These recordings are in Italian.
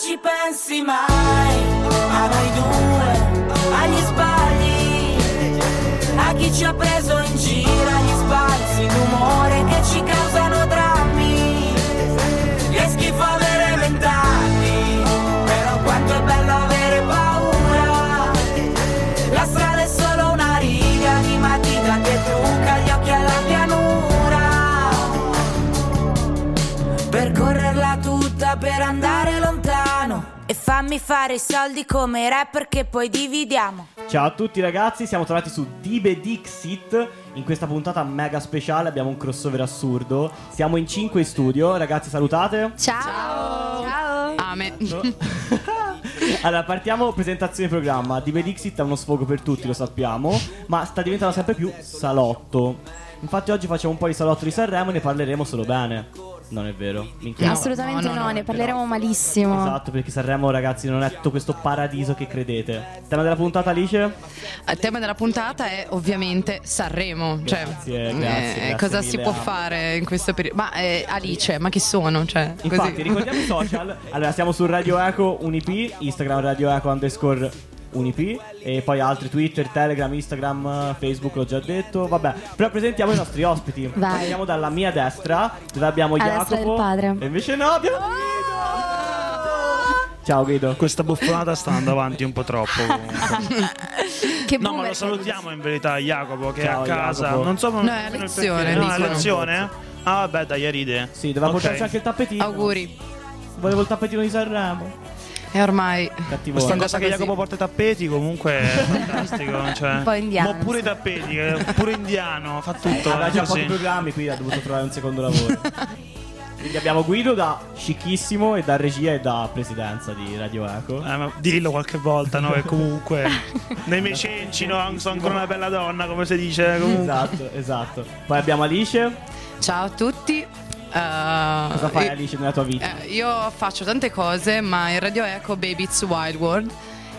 pensi mai a noi due, agli sbagli, a chi ci ha preso in giro, agli spazi d'umore che ci causano drammi, che schifo avere vent'anni, però quanto è bello avere paura, la strada è solo una riga di matita che trucca gli occhi alla pianura, percorrerla tutta per andare lontano. E fammi fare i soldi come rapper che poi dividiamo. Ciao a tutti ragazzi, siamo tornati su Dibe Dixit. In questa puntata mega speciale abbiamo un crossover assurdo. Siamo in 5 in studio, ragazzi salutate. Ciao! Ciao! Ame. Allora, partiamo presentazione programma. Dibe Dixit è uno sfogo per tutti, lo sappiamo, ma sta diventando sempre più salotto. Infatti oggi facciamo un po' di salotto di Sanremo e ne parleremo solo bene. Non è vero. Minchia, no. Assolutamente no, no, no, no, ne parleremo malissimo. Esatto, perché Sanremo, ragazzi, non è tutto questo paradiso che credete. Tema della puntata, Alice? Il tema della puntata è ovviamente Sanremo. Cioè, Grazie, grazie, grazie cosa mille, si può Anna. fare in questo periodo? Ma eh, Alice, ma chi sono? Cioè, così. Infatti, ricordiamo i social. Allora, siamo su Radio Eco Unip, Instagram Radio Eco underscore Unip e poi altri Twitter, Telegram, Instagram, Facebook, l'ho già detto. Vabbè, però presentiamo i nostri ospiti. Vai. Partiamo dalla mia destra, dove abbiamo Alla destra Jacopo. del padre. Oh! E invece no, abbiamo Guido. Ciao Guido. Questa buffonata sta andando avanti un po' troppo. comunque. Che No, ma boomer lo salutiamo in verità, Jacopo, che Ciao, è a casa. Jacopo. Non so, ma No, è a lezione, No, è a dicono. lezione? Ah, vabbè, dai, a ride. Sì, dovevamo Ok. portarci anche il tappetino. Auguri. Volevo il tappetino di Sanremo. E ormai. Cattivo. Questa È cosa andata che così. Jacopo porta i tappeti comunque è fantastico. Cioè. Un po' indiano, Ma pure i tappeti, eh, pure indiano, fa tutto. eh, Aveva già così. pochi programmi, quindi ha dovuto trovare un secondo lavoro. Quindi abbiamo Guido da Scicchissimo e da regia e da presidenza di Radio Eco. Eh, ma dillo qualche volta, no? Che comunque nei miei cenci, no? Sono ancora una bella donna, come si dice. eh, Comunque. Esatto, esatto. Poi abbiamo Alice. Ciao a tutti. Eh, Cosa Cosa fai Alice nella tua vita? Ah, Eh, io faccio tante cose, ma in Radio Eco Baby It's Wild World.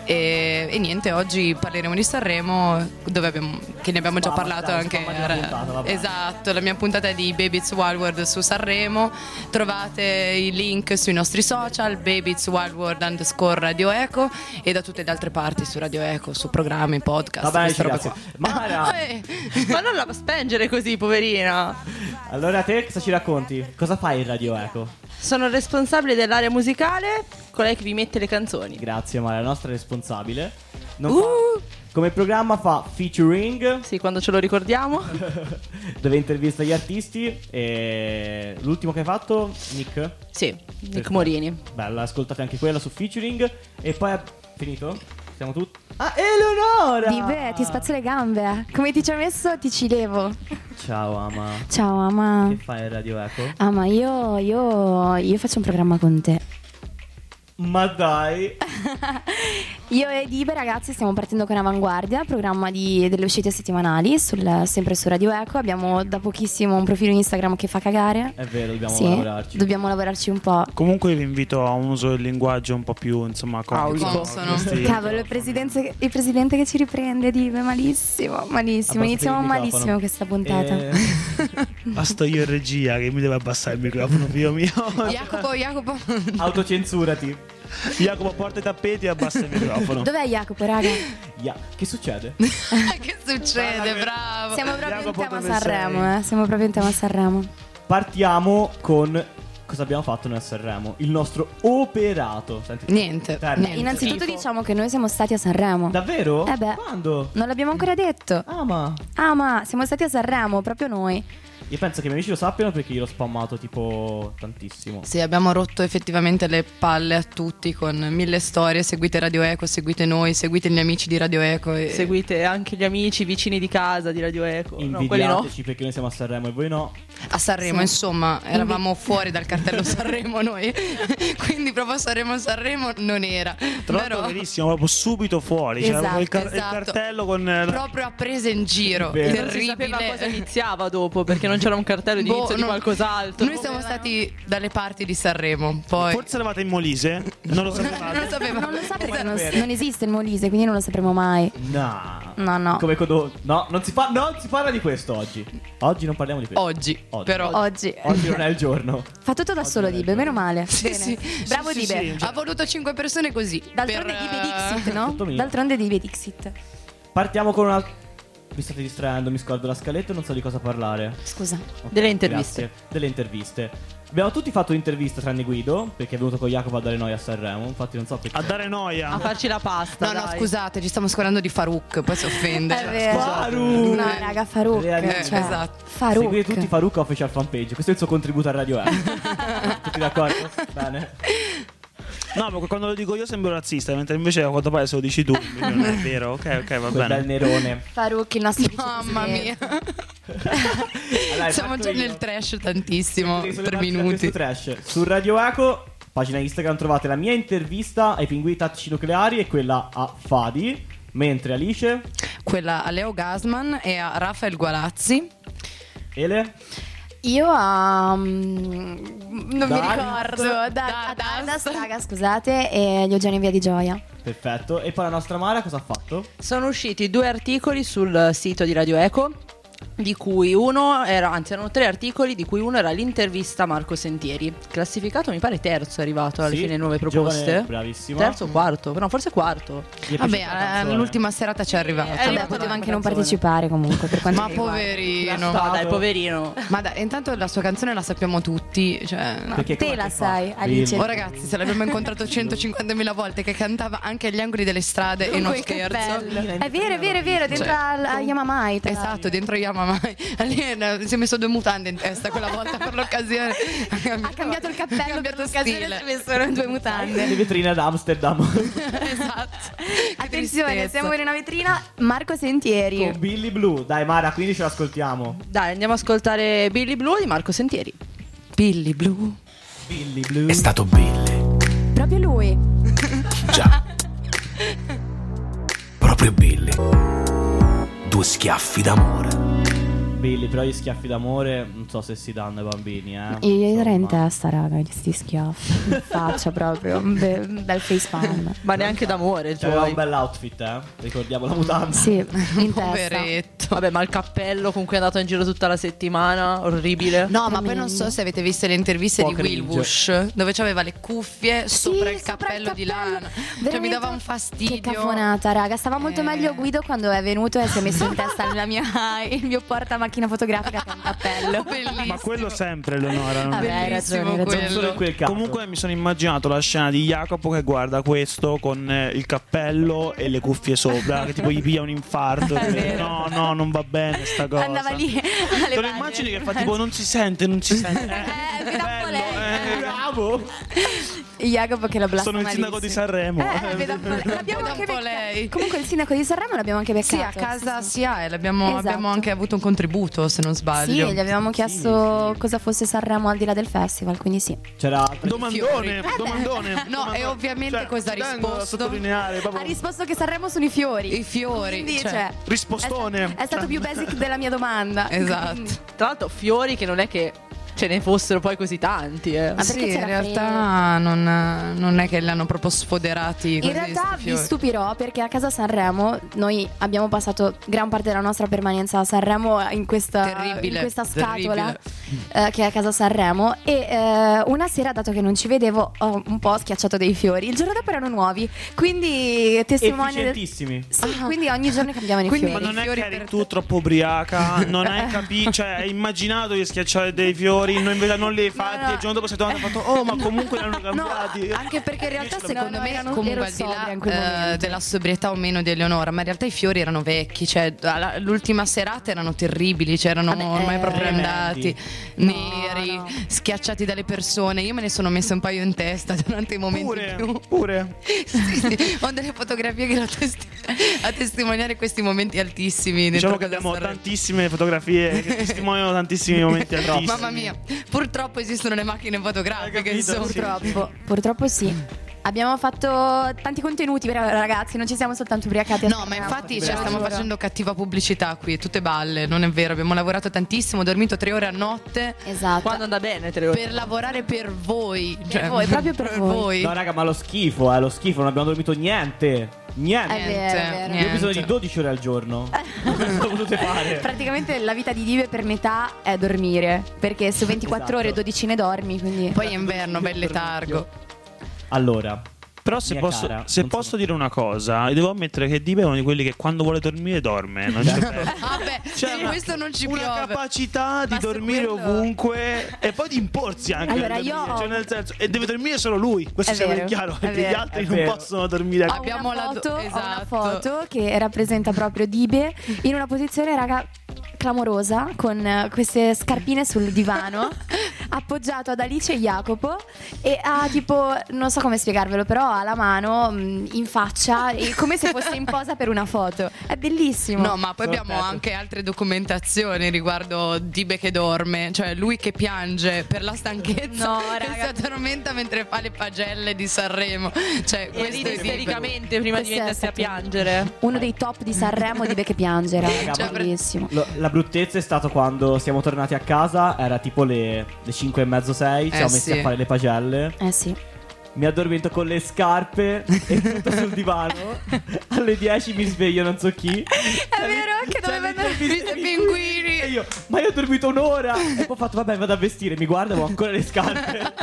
E, e niente, oggi parleremo di Sanremo, dove abbiamo- che ne abbiamo già Spamma, parlato dai, anche. spamma la puntata, vabbè. esatto, la mia puntata è di Baby It's Wild World su Sanremo. Trovate i link sui nostri social, Baby It's Wild World underscore Radio Eco e da tutte le altre parti su Radio Eco, su programmi, podcast. Va bene, questa roba grazie. qua. Mara, Eh, Ma non la spengere così, poverina. allora te cosa ci racconti? Cosa fai in Radio Eco? Sono responsabile dell'area musicale, colei che vi mette le canzoni. Grazie Mara, la nostra responsabile. Non fa- Uh, Come programma fa featuring, sì, quando ce lo ricordiamo. dove intervista gli artisti e l'ultimo che hai fatto, Nick? Sì, Nick Perfetto. Morini. Bella, ascoltate anche quella su featuring. E poi è finito? Siamo tutti. Ah, Eleonora! Dibe, ti spazzo le gambe. eh. Come ti ci ho messo, ti ci levo. Ciao, Ama. Ciao, ama. Che fai in Radio Eco? Ah, ma io, io, io faccio un programma con te. Ma dai! Ah, Io e Dibe, ragazzi, stiamo partendo con Avanguardia, programma di- delle uscite settimanali, sul- sempre su Radio Eco. Abbiamo da pochissimo un profilo Instagram che fa cagare. È vero, dobbiamo Sì, lavorarci. dobbiamo lavorarci un po'. Comunque vi invito a un uso del linguaggio un po' più, insomma, Aulico. consono. Consono. Questi- Cavolo, il presidente, il presidente che ci riprende, Dive, malissimo, malissimo. Abbassate Iniziamo il microfono. malissimo questa puntata. Eh, Basta io in regia che mi deve abbassare il microfono, figlio mio. Jacopo, Jacopo. autocensurati. Jacopo porta i tappeti e abbassa il microfono. Dov'è Jacopo, raga? Ya, Che succede? che succede? Bravo. Siamo proprio Jacopo, in tema dove Sanremo, eh? Siamo proprio in tema Sanremo. Partiamo con cosa abbiamo fatto nel Sanremo. Il nostro operato. Senti, Niente, Termine. niente. Innanzitutto Schifo. diciamo che noi siamo stati a Sanremo. Davvero? Eh beh. Quando? Non l'abbiamo ancora detto. Ah, ma Ah, ma siamo stati a Sanremo, proprio noi. io penso che i miei amici lo sappiano perché io l'ho spammato tipo tantissimo. Sì, abbiamo rotto effettivamente le palle a tutti con mille storie. Seguite Radio Eco, seguite noi, seguite gli amici di Radio Eco. Eh. E... Seguite anche gli amici vicini di casa di Radio Eco. No, quelli no. Invidiateci perché noi siamo a Sanremo e voi no. a Sanremo, Sì. insomma, eravamo fuori dal cartello Sanremo noi. Quindi proprio Sanremo Sanremo non era. Tra l'altro, Però verissimo, proprio subito fuori. C'era Esatto, il, car- il esatto. cartello con. eh, la- proprio a prese in giro. Vero. Eh. Non si sapeva cosa Terribile. iniziava dopo perché non c'era un cartello di Boh, inizio di non- qualcos'altro. Noi siamo stati dalle parti di Sanremo, poi Forse eravate in Molise? Non lo sapevate. non lo sapevamo. Non lo sa perché Come non, sapere? non esiste il Molise, quindi non lo sapremo mai. Nah. No, no. Come quando... No, non si, fa... non si parla di questo oggi. Oggi non parliamo di questo. Oggi, Oggi. però. Oggi. Oggi non è il giorno. Fa tutto da solo Dibe, meno male. Bene. Bravo sì, Dibe. sì. Ha voluto cinque persone così. D'altronde per, Dibe eh, Dixit, no? Tutto mio. D'altronde Dibe Dixit. Partiamo con una... Vi state distraendo, mi scordo la scaletta e non so di cosa parlare. Scusa. Ok, Delle interviste. grazie. Delle interviste. Abbiamo tutti fatto un'intervista tranne Guido, perché è venuto con Jacopo a dare noi a Sanremo. Infatti non so perché. A dare A noia. farci la pasta. No, no, dai. scusate, ci stiamo scordando di Farouk, poi si offende. È Cioè, vero. scusate. Farouk! No, raga, Farouk. Eh, cioè, esatto. Farouk. Seguite tutti Farouk Official Fanpage. Questo è il suo contributo a Radio M. tutti d'accordo? Bene. No, ma quando lo dico io sembro razzista, mentre invece a quanto pare se lo dici tu. quindi Non è vero? Ok, ok, va Quel bel bene. nerone. Farouk, il nostro Mamma mia. vicepresidente. Allora, hai Siamo fatto già io. nel trash tantissimo, Sì, sulle tre pagine minuti. questo Trash. Su Radio Eco, pagina Instagram, trovate la mia intervista ai pinguini tattici nucleari e quella a Fadi. Mentre Alice, Quella a Leo Gasman e a Rafael Gualazzi. Ele, Io a... non mi Darius. ricordo. Da, da, Da- Dardas, raga, scusate. E gli ho già in via di gioia. Eh, perfetto. E poi la nostra Mara cosa ha fatto? Sono usciti due articoli sul sito di Radio Eco. Di cui uno era, anzi, erano tre articoli, di cui uno era l'intervista a Marco Sentieri, classificato mi pare terzo, è arrivato alla Sì, fine nuove giovane, proposte. bravissima. Terzo o quarto, no, forse quarto. Gli è Vabbè, eh, piaciuta la canzone? all'ultima serata ci è arrivato. Eh, Vabbè, arrivato poteva la anche non canzone. partecipare comunque. Per quanto Ma mi riguarda. No, poverino. dai, poverino. Ma dai, intanto la sua canzone la sappiamo tutti. Cioè... Perché Te com'è la che fa? sai, Bim. Alice. Oh ragazzi, se l'abbiamo incontrato 150.000 volte che cantava anche agli angoli delle strade e non Quel scherzo. cappello. È vero, è vero, è vero. Dentro Cioè, al- a Yamamai. tra l'altro. Esatto, dentro Yamamai. Aliena eh, si è messo due mutande in testa quella volta per l'occasione. Ha cambiato il cappello Ha cambiato per l'occasione. stile. Si messo due mutande. Le vetrine ad Amsterdam Esatto. Che Attenzione, tristezza. siamo in una vetrina. Marco Sentieri. con Billy Blue. Dai Mara, quindi ce l'ascoltiamo. Dai, andiamo a ascoltare Billy Blue di Marco Sentieri. Billy Blue. Billy Blue. È stato Billy, Proprio lui. già. Proprio Billy. Due schiaffi d'amore. Billy, però gli schiaffi d'amore non so se si danno ai bambini, eh. Io gli darei in Insomma. testa, raga, gli sti schiaffi. In faccia proprio. Un be- un bel face palm. Ma neanche d'amore il C'aveva un tuo. bel outfit, eh. Ricordiamo la mutanda. Sì, in testa. Poveretto. Vabbè, ma il cappello con cui è andato in giro tutta la settimana, orribile. No, ma poi non so se avete visto le interviste Un di po' Will cringe. Bush dove c'aveva le cuffie sopra il sopra cappello di cappello. lana. Cioè, Veramente mi dava un Che fastidio. cafonata, raga. Stava molto Eh. meglio Guido quando è venuto e si è messo in testa la mia, il mio portamacchina fotografica con cappello. Bellissimo. Ma quello sempre, Leonora. non- Vabbè, hai ragione, hai Bellissimo ragione. Solo in quello. quel caso. Comunque mi sono immaginato la scena di Jacopo che guarda questo con eh, il cappello e le cuffie sopra, che tipo gli piglia un infarto. È dice, vero. no, no, non va bene sta cosa. Andava lì. alle Te lo varie. immagini che fa tipo non si sente, non si sente. Eh, mi dà un po' bello, lei. eh, bravo. Jacopo che la blasta Sono il sindaco di Sanremo. Eh, vedo un po' lei. L'abbiamo Vedo anche un po' beccato. lei. Comunque il sindaco di Sanremo l'abbiamo anche beccato. Esatto, Sì, a casa sia e l'abbiamo- Esatto. abbiamo anche avuto un contributo, se non Sì, sbaglio. gli avevamo chiesto cosa fosse Sanremo al di là del festival, quindi sì. C'era Fiori. Domandone, domandone. No, e ovviamente cosa ha ci tengo A risposto? sottolineare, proprio Ha risposto che Sanremo sono i fiori. I fiori, Quindi, cioè. cioè, rispostone. Cioè. È, sta- è stato più basic della mia domanda. Quindi- Esatto. Tra l'altro, fiori che non è che ce ne fossero poi così tanti. Eh. Ma perché sì, in c'era realtà non, non è che li hanno proprio sfoderati così. In realtà sti vi fiori. stupirò perché a casa Sanremo noi abbiamo passato gran parte della nostra permanenza a Sanremo in questa, Terribile, in questa terribile. scatola eh, che è a casa Sanremo e eh, una sera dato che non ci vedevo ho un po' schiacciato dei fiori, il giorno dopo erano nuovi, quindi testimone del- efficientissimi. Sì, quindi ogni giorno cambiavano i Quindi- fiori. Ma non è fiori che eri per tu troppo ubriaca, non hai capito, cioè hai immaginato di schiacciare dei fiori, non invece non li hai fatti, no. e il giorno dopo sei tornato e hai fatto, oh ma comunque li hanno cambiati. Anche perché in realtà Invece secondo no, me erano- ero comunque al di sobria in quel là eh, momento. della sobrietà o meno di Eleonora, ma in realtà i fiori erano vecchi, cioè alla- l'ultima serata erano terribili, cioè erano Vabbè, ormai eh, proprio tremendi. andati, No, neri, no. schiacciati dalle persone. Io me ne sono messa un paio in testa durante i momenti più Pure, pure. sì, sì, ho delle fotografie che lo testi- a testimoniare questi momenti altissimi. dentro Diciamo che quella abbiamo storia. tantissime fotografie che testimoniano tantissimi momenti altissimi. Mamma mia, purtroppo esistono le macchine Hai fotografiche. capito? Insomma. Sì. Purtroppo, purtroppo sì. Abbiamo fatto tanti contenuti, però, ragazzi, non ci siamo soltanto ubriacati. a No, ma Sanremo. infatti ce Ve la lo stiamo giuro. facendo cattiva pubblicità qui, tutte balle, non è vero, abbiamo lavorato tantissimo, ho dormito tre ore a notte Esatto. Quando anda bene, te lo per lavorare per voi, cioè, voi, proprio per voi. No, raga, ma lo schifo, eh, lo schifo, non abbiamo dormito niente. Niente. È vero, è vero. Io ho bisogno di 12 ore al giorno. Cosa potete fare? Praticamente la vita di Dive per metà è dormire, perché su 24 Esatto. ore 12 ne dormi, quindi... Poi è inverno, bel letargo. Allora, Però se Mia posso, cara, se non so- posso dire una cosa, devo ammettere che Dibe è uno di quelli che quando vuole dormire dorme. Non c'è perso. Vabbè, Cioè, su una- Ah, questo non ci una piove. capacità di Ma su dormire quello- ovunque e poi di imporsi anche. Allora, nel io dormire. ho- Cioè, nel senso, e deve dormire solo lui. Questo È sia ben vero, chiaro. è Perché gli vero, altri è non vero. possono dormire. Ah, Ho Abbiamo una la do- foto, ho una esatto. foto che rappresenta proprio Dibe in una posizione, raga, clamorosa, con eh, queste scarpine sul divano, appoggiato ad Alice e Jacopo e ha tipo, non so come spiegarvelo, però ha la mano mh, in faccia, e come se fosse in posa per una foto. È bellissimo. No, ma poi Sono abbiamo d'accordo. anche altre documentazioni riguardo Dibe che dorme, cioè lui che piange per la stanchezza No, che si raga. addormenta mentre fa le pagelle di Sanremo. Cioè, E questo ride è Dibe. istericamente prima di Questo è mettersi a stato- piangere. Uno dei top di Sanremo Dibe che piange, raga, Cioè, per- bellissimo. lo- la bruttezza è stata quando siamo tornati a casa, era tipo le, le 5 e mezzo, 6, ci Eh, siamo messi sì. a fare le pagelle. Eh sì. Mi addormento con le scarpe e tutto sul divano. Alle 10 mi sveglio, non so chi. È vero che doveva andare Viste pinguini. E io, ma io ho dormito un'ora. E poi ho fatto, vabbè, vado a vestire. Mi guardo, ho ancora le scarpe.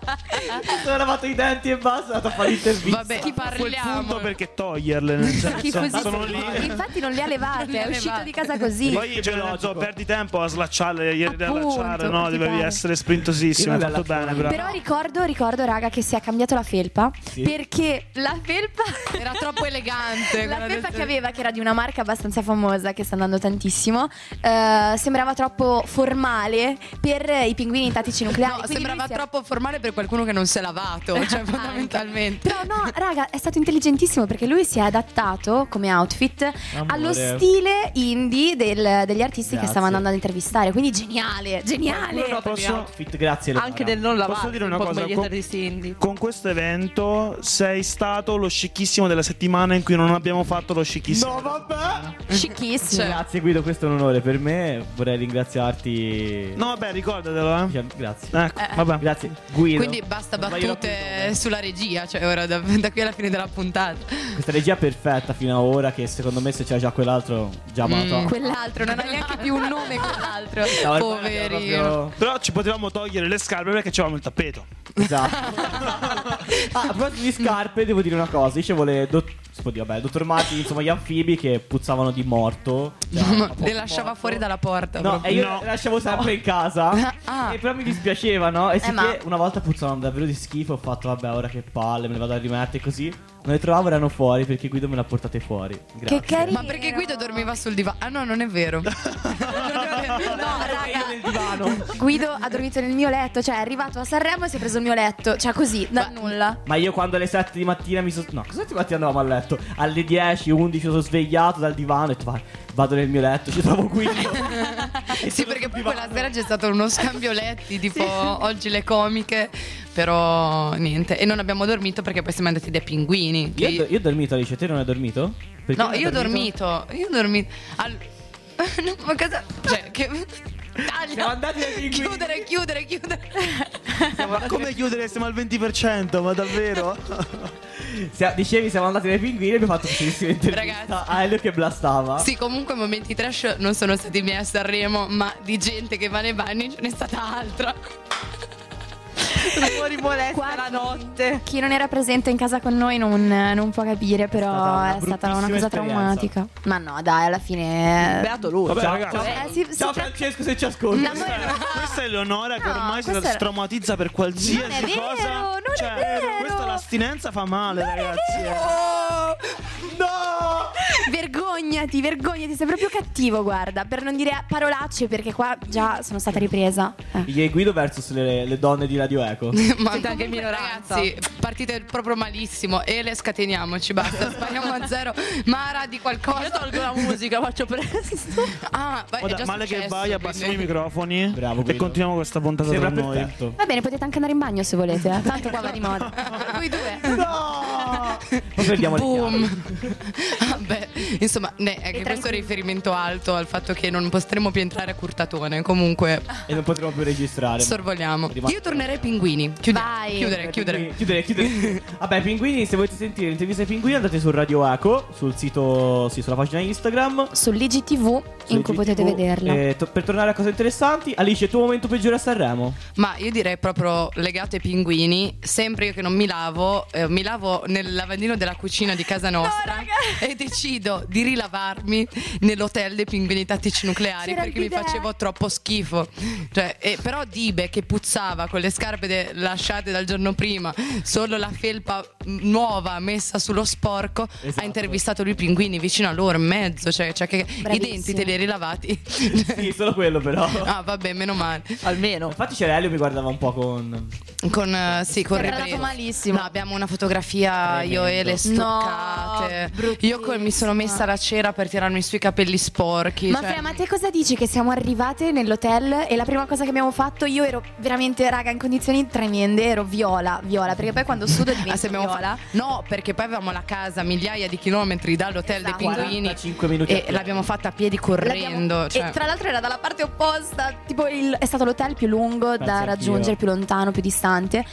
Mi sono lavato i denti e basta. Sono andato a fare l'intervista. Vabbè, Quel punto parliamo. perché toglierle. Nel Cioè, senso, Schifosissimo. sono lì. Infatti non le ha levate, Non le ha è uscito levate. di casa così. Poi cioè, nel senso, perdi tempo a slacciarle, ieri da Appunto, allacciare, no? ti Devi pare. essere Io sprintosissimo. Hai non fatto le allaccio bene, mai. bravo. Però ricordo, ricordo raga che si è cambiato la felpa Sì. perché la felpa Era troppo elegante. La quella felpa del- che aveva, che era di una marca abbastanza famosa, che sta andando tantissimo, eh, sembrava troppo formale per i pinguini tattici nucleari. No, quindi sembrava lui si è- troppo formale per qualcuno che non si è lavato, cioè Anche. fondamentalmente. Però no, raga, è stato intelligentissimo perché lui si è adattato come outfit Amore. allo stile indie del- degli artisti Grazie. che stavano andando ad intervistare. Quindi geniale, geniale. Una nota di outfit, grazie. Eleonora. Anche del non Posso lavare. dire una un po' cosa? Come gli Com- artisti indie. Con questo evento sei stato lo scicchissimo della settimana in cui non abbiamo fatto lo scicchissimo. No, vabbè. Chicchissimo. Grazie, Guido. Questo è un onore per me. Vorrei ringraziarti. No, vabbè, ricordatelo, eh. Cioè, Grazie. Ecco, vabbè. Grazie, Guido. Quindi basta Non sbaglierò più, battute vabbè. sulla regia, cioè ora da, da qui alla fine della puntata. Questa regia perfetta fino ad ora. Che secondo me, se c'è già quell'altro, già amato. Quell'altro, non ha neanche più un nome quell'altro. No, ormai Poverino. abbiamo proprio- Però ci potevamo togliere le scarpe perché c'avevamo il tappeto. Esatto. ah, a proposito di scarpe, devo dire una cosa. Dicevo le. dott- si può dire, vabbè, dottor Marti, insomma, gli anfibi che puzzavano di morto. Cioè, Ma proprio Le lasciava morto. fuori dalla porta. No, proprio. e io No. le lasciavo sempre in casa. Ah. E però mi dispiaceva, no? E sicché ma- una volta puzzavano davvero di schifo. Ho fatto, vabbè, ora che palle, me le vado a rimettere così. Non le trovavo, erano fuori perché Guido me le ha portate fuori. Grazie. Che carino. Ma perché Guido dormiva sul divano? Ah no, non è vero. Non è vero. No, raga. Io nel divano. Guido ha dormito nel mio letto, cioè è arrivato a Sanremo e si è preso il mio letto, cioè così, da nulla. Ma io quando alle 7 di mattina mi sono... No, cosa 7 di mattina andavamo a letto? Alle 10, 11 sono svegliato dal divano e ho detto, "Vai, vado nel mio letto, ci trovo qui. Sì, perché poi quella sera c'è stato uno scambio letti, tipo oggi le comiche, però niente. E non abbiamo dormito perché poi siamo andati dai pinguini. che- Io, ho- io ho dormito, Alice, te non hai dormito? Perché No, non hai io ho dormito. Io ho dormito. Al- No, ma cosa? Cioè, che. Taglia. Siamo andati dai pinguini. Chiudere, chiudere, chiudere. Ma come chiudere? Siamo al 20%, ma davvero? Sia- dicevi, siamo andati dai pinguini e abbiamo fatto bellissima intervista Ragazzi. a Elio che blastava. Sì, comunque momenti trash non sono stati miei a Sanremo, ma di gente che va nei bagni ce n'è stata altra. Fuori molesta la Guardi. notte. Chi non era presente in casa con noi non, non può capire, però stata una è stata una, bruttissima cosa esperienza. traumatica. Ma no, dai, alla fine. Beato lui. Vabbè, ciao, ragazzi. ciao, Eh, sì, sì, ciao tra- Francesco se ci ascolti. No, ma- Questa è Leonora che No, ormai si questa era- traumatizza per qualsiasi Non è vero, cosa. non è cioè, vero. questa l'astinenza fa male, ragazzi. eh. Vergognati, vergognati, sei proprio cattivo, guarda, per non dire parolacce perché qua già sono stata ripresa. Eh. Io e Guido versus le, le donne di Radio Eco. Ma Siete anche comunque, minoranza. Ragazzi, partite proprio malissimo e le scateniamoci, basta, spariamo a zero. Mara di qualcosa. Io tolgo la musica, faccio presto. Ah, vai, è Guarda, già male che successo, vai, abbassiamo quindi. i microfoni Bravo, e Guido. continuiamo questa puntata Sembra tra noi. perfetto. Va bene, potete anche andare in bagno se volete, eh. tanto qua va di moda. Voi due. Oh, Oh. Poi perdiamo le chiavi. Boom. Vabbè, Insomma, ne- è che questo è tranquilli. riferimento alto al fatto che non potremo più entrare a Curtatone. Comunque, E non potremo più registrare. sorvoliamo. Rimane- Io tornerei ai pinguini. Chiudere, Vai. chiudere, chiudere. Pinguini, Chiudere, chiudere. Vabbè, pinguini, se volete sentire l'intervista ai pinguini andate su Radio Eco, sul sito, sì, sulla pagina Instagram. Sull'IGTV su in cui IGTV. potete vederla. Eh, to- per tornare a cose interessanti, Alice, il tuo momento peggiore a Sanremo? Ma io direi proprio legato ai pinguini. Sempre io che non mi lavo, eh, mi lavo nel lavandino della cucina di casa nostra raga. e decido di rilavarmi nell'hotel dei pinguini tattici nucleari C'era perché mi l'idea. facevo troppo schifo. Cioè, eh, però Dibe che puzzava con le scarpe de- lasciate dal giorno prima, solo la felpa mm, nuova messa sullo sporco, Esatto. ha intervistato lui i pinguini vicino a loro in mezzo, cioè, cioè che i Bravissimo. denti te li hai rilavati. sì, solo quello però. ah, vabbè, meno male. Almeno. Infatti Cerelio mi guardava un po' con... Con, eh, sì, con Ti ha parlato ribrezzo. malissimo. No, abbiamo una fotografia io e le No, stoccate. io col- mi sono bruttissima. messa la cera per tirarmi sui capelli sporchi. Ma cioè- Fra, ma te cosa dici? Che siamo arrivate nell'hotel e la prima cosa che abbiamo fatto, io ero veramente, raga, in condizioni tremende, ero viola, viola, perché poi quando sudo divento Ah, se abbiamo fa- viola. No, perché poi avevamo la casa a migliaia di chilometri dall'hotel Esatto. dei Pinguini 45 minuti a e piedi. l'abbiamo fatta a piedi L'abbiamo- correndo. cioè- E tra l'altro era dalla parte opposta, tipo il- è stato l'hotel più lungo da anch'io. raggiungere, più lontano, più distante.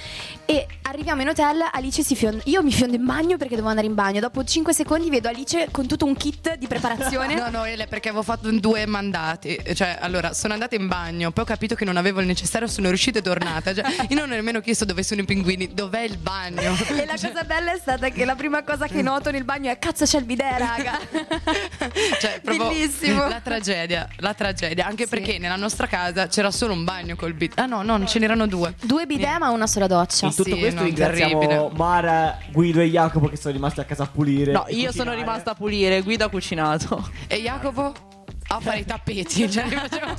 E arriviamo in hotel, Alice si fionda, io mi fiondo in bagno perché dovevo andare in bagno, dopo 5 secondi vedo Alice con tutto un kit di preparazione. No, no, Ele, perché avevo fatto due mandati. Cioè, allora, sono andata in bagno, poi ho capito che non avevo il necessario, sono riuscita e tornata. Cioè, io non ho nemmeno chiesto dove sono i pinguini, dov'è il bagno? E la cosa bella è stata che la prima cosa che noto nel bagno è cazzo c'è il bidet, raga. cioè, proprio Bellissimo. la tragedia, la tragedia, anche Sì. perché nella nostra casa c'era solo un bagno col bit. Ah no, no, ce n'erano due. Due bidet ma una sola doccia. In tutto sì, questo no, ringraziamo terribile. Mara, Guido e Jacopo che sono rimasti a casa a pulire. No, e io cucinare. sono rimasta a pulire, Guida ha cucinato. E Jacopo a fare i tappeti, cioè li faceva-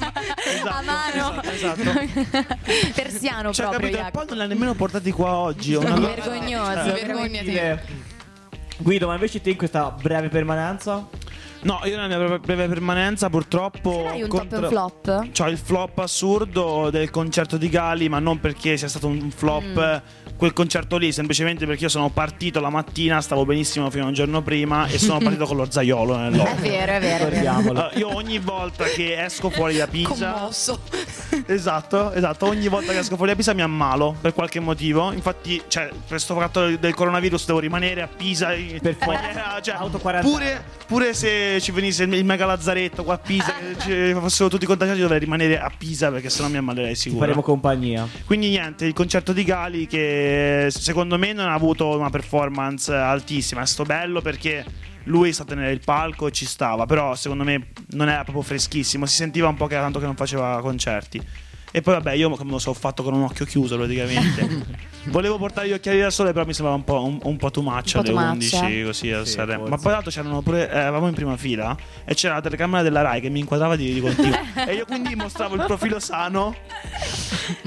a mano esatto. persiano Cioè, proprio capito? E Jacopo. poi non l'ha nemmeno portati qua oggi. è una- vergognoso Cioè, Veramente. vergognati. Guido, ma invece te in questa breve permanenza? No, io nella mia breve- breve permanenza purtroppo. Ce l'hai un contra- top and flop? C'ho il flop assurdo del concerto di Gali, ma non perché sia stato un flop eh, quel concerto lì, semplicemente perché io sono partito la mattina, stavo benissimo fino a un giorno prima e sono partito con lo zaiolo È nell'occhio. vero, è vero. è vero. Ricordiamolo. Allora, Ah, io ogni volta che esco fuori da Pisa commosso. Esatto, esatto. Ogni volta che esco fuori da Pisa mi ammalo per qualche motivo. Infatti, cioè, per questo fatto del- del coronavirus devo rimanere a Pisa in- Per forza. Eh, cioè, Auto 40. pure, pure se ci venisse il mega lazzaretto qua a Pisa, che ci fossero tutti contagiati, dovrei rimanere a Pisa perché sennò mi ammalerei Ti sicuro. faremo compagnia. Quindi niente, il concerto di Gali che secondo me non ha avuto una performance altissima, è stato bello perché lui sta a tenere il palco e ci stava, però secondo me non era proprio freschissimo, si sentiva un po' che era tanto che non faceva concerti. E poi vabbè, io come lo so, ho fatto con un occhio chiuso praticamente. Volevo portare gli occhiali da sole, però mi sembrava un po', un, un po' too much Un po' alle too much, eh. 11 così a Sì, Sanremo. forse. Ma poi l'altro c'erano pure, eh, eravamo in prima fila e c'era la telecamera della Rai che mi inquadrava di, di continuo. e io quindi mostravo il profilo sano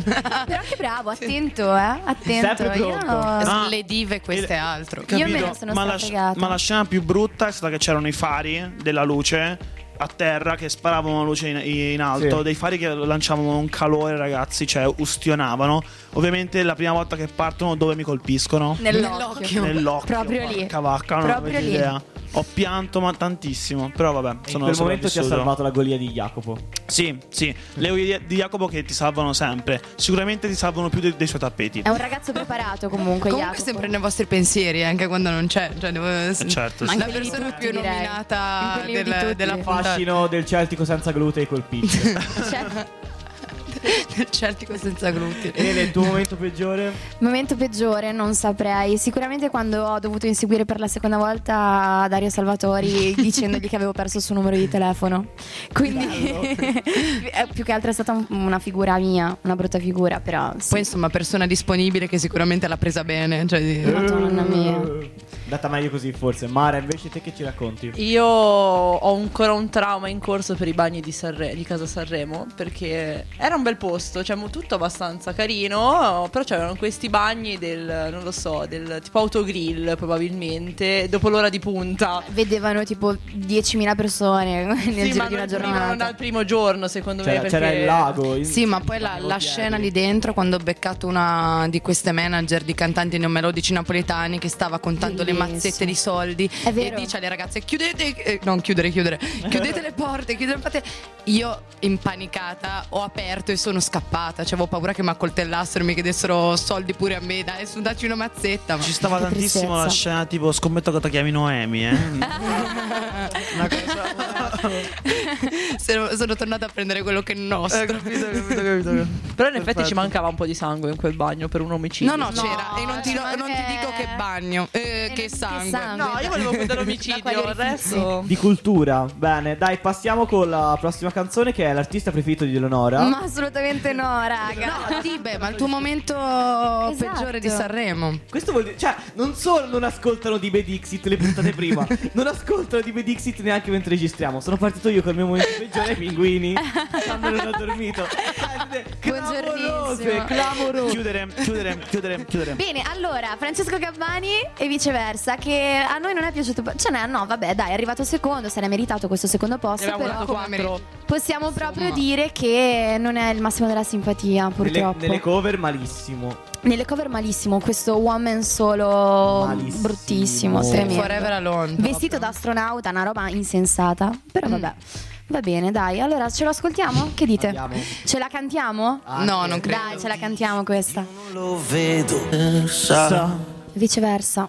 Però che bravo, attento, eh. Attento. Sempre Io, pronto. Ah. Le dive queste E- altro. Io me ne sono ma, la, strafregata. ma la scena più brutta è stata che c'erano i fari della luce a terra che sparavano la luce in, in alto, Sì. dei fari che lanciavano un calore, ragazzi, cioè ustionavano. Ovviamente è la prima volta che partono dove mi colpiscono? nell'occhio. Nell'occhio. Proprio lì. porca vacca, non Proprio avete lì. idea. Ho pianto ma tantissimo, però vabbè, In sono quel momento ti ha sopravvissuto. salvato la golia di Jacopo. Sì, sì, le oie di Jacopo che ti salvano sempre. Sicuramente ti salvano più dei, dei suoi tappeti. È un ragazzo preparato comunque, Comunque Jacopo. sempre nei vostri pensieri, eh, anche quando non c'è. Cioè, devo- certo, sì. la Anche quelli di persona tutti, più direi. nominata In quelli di del, tutti. della puntata. Fascino del Celtico senza glutei col pitch. Cioè, del Celtico senza glutine. Ele, il tuo momento peggiore? momento peggiore, non saprei. Sicuramente quando ho dovuto inseguire per la seconda volta Dario Salvatori dicendogli che avevo perso il suo numero di telefono. Quindi eh, più che altro è stata un- una figura mia, una brutta figura, però sì. Poi insomma persona disponibile che sicuramente l'ha presa bene. Cioè, di- Madonna mia. Data meglio così forse. Mara, invece te che ci racconti? Io ho ancora un trauma in corso per i bagni di, Sanre- di casa Sanremo perché era un bel bel posto, cioè mo- tutto abbastanza carino, però c'erano questi bagni del, non lo so, del tipo autogrill probabilmente, dopo l'ora di punta. Vedevano tipo 10.000 persone nel sì, giro ma di una non non giornata. dal primo giorno secondo C'era, me. Cioè, c'era perché- il lago. il- Sì, ma poi la, la scena lì dentro, quando ho beccato una di queste manager di cantanti neomelodici napoletani che stava contando le Bellissimo. mazzette di soldi È vero. e dice alle ragazze chiudete, eh, non chiudere, chiudere, chiudete le porte, chiudete le porte. Io impanicata ho aperto e sono scappata, cioè avevo paura che mi accoltellassero, mi chiedessero soldi pure a me, dai, su, dacci una mazzetta. Ma... Ci stava Che tantissimo la tristezza. scena tipo scommetto che ti chiami Noemi, eh. Una cosa sono, sono tornata a prendere quello che è nostro. Però in effetti ci mancava un po' di sangue in quel bagno per un omicidio. No, no, No, c'era. E non ti, ci manca- non ti dico che bagno, eh, Eh, che che sangue. sangue. No, io volevo vedere Da quali omicidio, il orifizi? resto... Di cultura. Bene, dai, passiamo con la prossima canzone che è l'artista preferito di Eleonora. Ma assolutamente no, raga. No, sì, beh, ma il tuo momento Esatto. peggiore di Sanremo. Questo vuol dire, cioè, non solo non ascoltano di Bedixit le puntate prima, non ascoltano di Bedixit neanche mentre registriamo. Sono partito io col mio momento peggiore ai pinguini quando non ho dormito. Clamorose, Buongiornissimo. clamorose. Chiudere, chiudere, chiudere, chiudere. Bene, allora, Francesco Gabbani e viceversa, che a noi non è piaciuto. Cioè, no, no, vabbè, dai, è arrivato secondo, se l'è meritato questo secondo posto. Era Però votato quattro. possiamo proprio Insomma. dire che non è il massimo della simpatia, Nelle, purtroppo. nelle cover malissimo. Nelle cover malissimo, questo woman solo Malissimo. bruttissimo, tremendo. Forever alone. Vestito da astronauta, una roba insensata. Mm. Però vabbè. Va bene, dai. Allora, ce lo ascoltiamo? Che dite? Andiamo. Ce la cantiamo? No, Ah, non credo. Dai, ce la cantiamo questa. Lo vedo. Sa, Viceversa.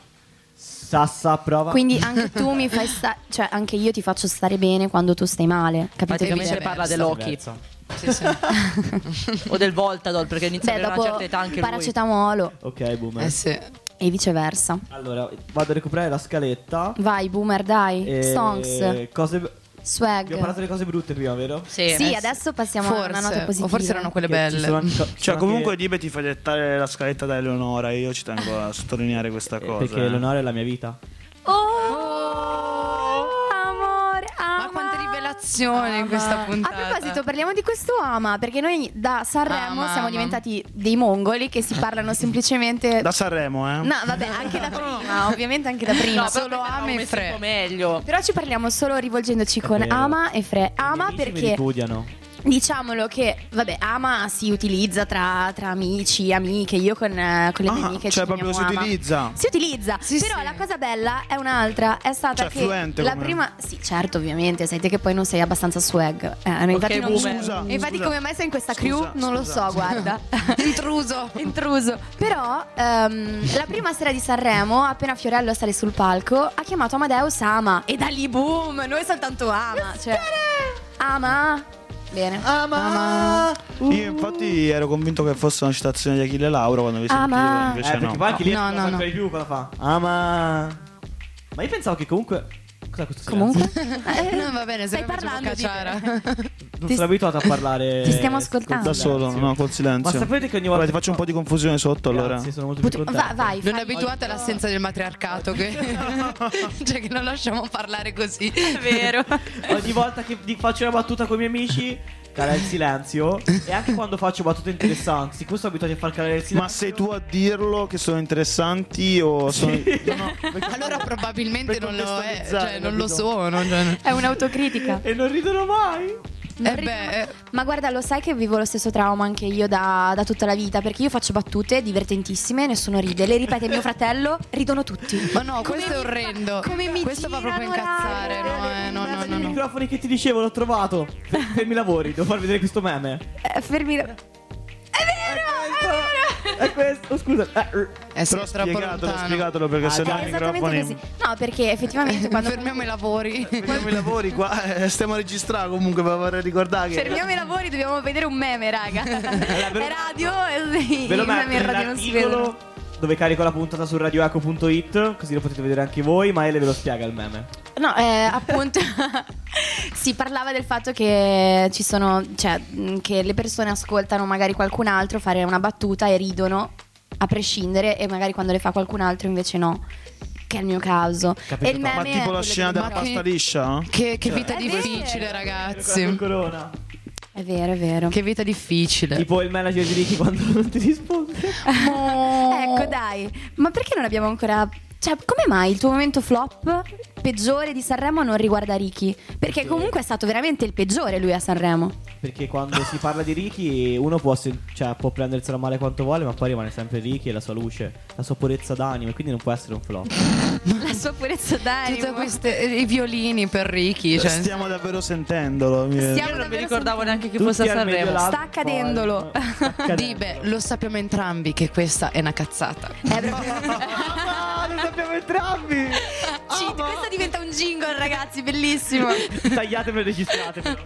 sa, sa, prova. Quindi anche tu mi fai stare, cioè anche io ti faccio stare bene quando tu stai male, capito? Infatti che invece voglio- viceversa. parla dell'Oki Diverso. Sì, sì. o del Voltadol perché inizia Beh, ad avere una certa età dopo anche lui. paracetamolo Ok, boomer. Eh sì. e viceversa. Allora, vado a recuperare la scaletta. Vai, boomer, dai. Eh, E- Songs, Cose... Abbiamo swag. parlato delle cose brutte prima, vero? Eh Sì, adesso passiamo a una nota forse, positiva. o forse erano quelle Che ci belle. sono anche- ci sono Cioè, anche- comunque Dibe ti fa dettare la scaletta da Eleonora. Io ci tengo a sottolineare questa cosa. Perché eh. Eleonora è la mia vita. Oh! Amore, ama. Oh! Ma quante rivelazioni in questa ah, A puntata. proposito, parliamo di questo ama, perché noi da Sanremo Ama, siamo ama. diventati dei mongoli che si parlano semplicemente Da Sanremo, eh. No, vabbè, anche da prima, ovviamente anche da prima. No, solo però ame avevamo e messo fre. un po' meglio. Però ci parliamo solo rivolgendoci È con vero. ama e fre. Ama I miei amici mi perché ripudiano. diciamolo che, vabbè, ama si utilizza tra, tra amici, amiche. Io con, eh, con le mie Ah, amiche ci cioè proprio chiamiamo si ama. utilizza. Si utilizza, Sì, però sì. la cosa bella è un'altra. È stata Cioè, che fluente la come- prima. Sì, certo, ovviamente. Sai te che poi non sei abbastanza swag. Eh, infatti, non- boomer. Scusa, e infatti scusa. come mai sei in questa Scusa, crew? non scusa. lo so, guarda. Intruso. Intruso. Però ehm, la prima sera di Sanremo, appena Fiorello sale sul palco, ha chiamato Amadeus Ama. E da lì boom, noi soltanto Ama. Cioè, ama. Bene. Ama. Io infatti ero convinto che fosse una citazione di Achille Lauro quando vi Ah, sentivo, ma- Eh, invece perché no. poi anche lì No, non no, sa no. ancora di più cosa fa. Ah, ma... Ma io pensavo che comunque... Cos'è questo silenzio? Comunque. Eh, No, va bene, se stai no facevo parlando di cacciara. Non Ti- sono abituato a parlare... ti stiamo ascoltando. Da solo, no, col silenzio. Ma sapete che ogni volta... Vabbè, ti faccio un po' di confusione sotto allora. Grazie, sono molto più Pot- contento. va- vai, Non fai. abituate all'assenza del matriarcato, che... cioè che non lasciamo parlare così. È vero. Ogni volta che di- faccio una battuta con i miei amici, cala il silenzio. e anche quando faccio battute interessanti, siccome sono abituati a far calare il silenzio. Ma sei tu a dirlo che sono interessanti o sono... Allora probabilmente Per non lo è, contestualizzare, cioè non lo capito? sono. cioè- È un'autocritica. E non ridono mai. Non Eh rido- beh, eh. Ma guarda, lo sai che vivo lo stesso trauma anche io da, da tutta la vita, perché io faccio battute divertentissime, nessuno ride, le ripete mio fratello, ridono tutti. Ma no, Come questo è mi fa- orrendo. come mi questo fa girano proprio incazzare, raga. no, eh, no, no, Guarda no, i no. microfoni che ti dicevo, l'ho trovato. Fer- Fermi i lavori, devo far vedere questo meme. Eh, fermi. È vero, è Ecco. vero. È questo, scusa. Eh, eh. È Però troppo spiegatelo, lontano. spiegatelo perché se no È i esattamente microfoni... così. No, perché effettivamente quando Fermiamo i lavori. Fermiamo i lavori qua, eh, stiamo a registrare comunque, ma vorrei ricordare che... fermiamo i lavori dobbiamo vedere un meme, raga. ve- È radio e i Ve lo metto meme in radio non si vedono. nell'articolo dove carico la puntata su radioeco.it, così lo potete vedere anche voi, ma Ele ve lo spiega il meme. No, eh, appunto si parlava del fatto che ci sono, cioè, mh, che le persone ascoltano magari qualcun altro fare una battuta e ridono a prescindere e magari quando le fa qualcun altro invece no, che è il mio caso. Capito, e il ma meme Ma è tipo quello la che scena mi della ricordo. pasta liscia? no? Che, che vita È difficile, vero. ecco. Con ragazzi. Corona. È vero, è vero. Che vita difficile. Eh. Tipo il manager di Ricky quando non ti risponde. Ecco, dai. Ma perché non abbiamo ancora. Cioè, come mai il tuo momento flop peggiore di Sanremo non riguarda Ricky? Perché comunque è stato veramente il peggiore lui a Sanremo. Perché quando si parla di Ricky uno può, se- cioè, può prendersela male quanto vuole, ma poi rimane sempre Ricky e la sua luce, la sua purezza d'animo, quindi non può essere un flop. La sua purezza d'animo. Tutte queste, eh, i violini per Ricky. Cioè, Stiamo davvero sentendolo. Eh, mi- Stiamo Io non mi davvero ricordavo sentendo- neanche che Tutti fosse a al Sanremo. Mediolanum Sta accadendolo. poi- Sta accadendo. Dibe, lo sappiamo entrambi che questa è una cazzata. È proprio- Ah, lo sappiamo entrambi! Ci- questo diventa un jingle, ragazzi, bellissimo. Tagliatemelo e registratelo.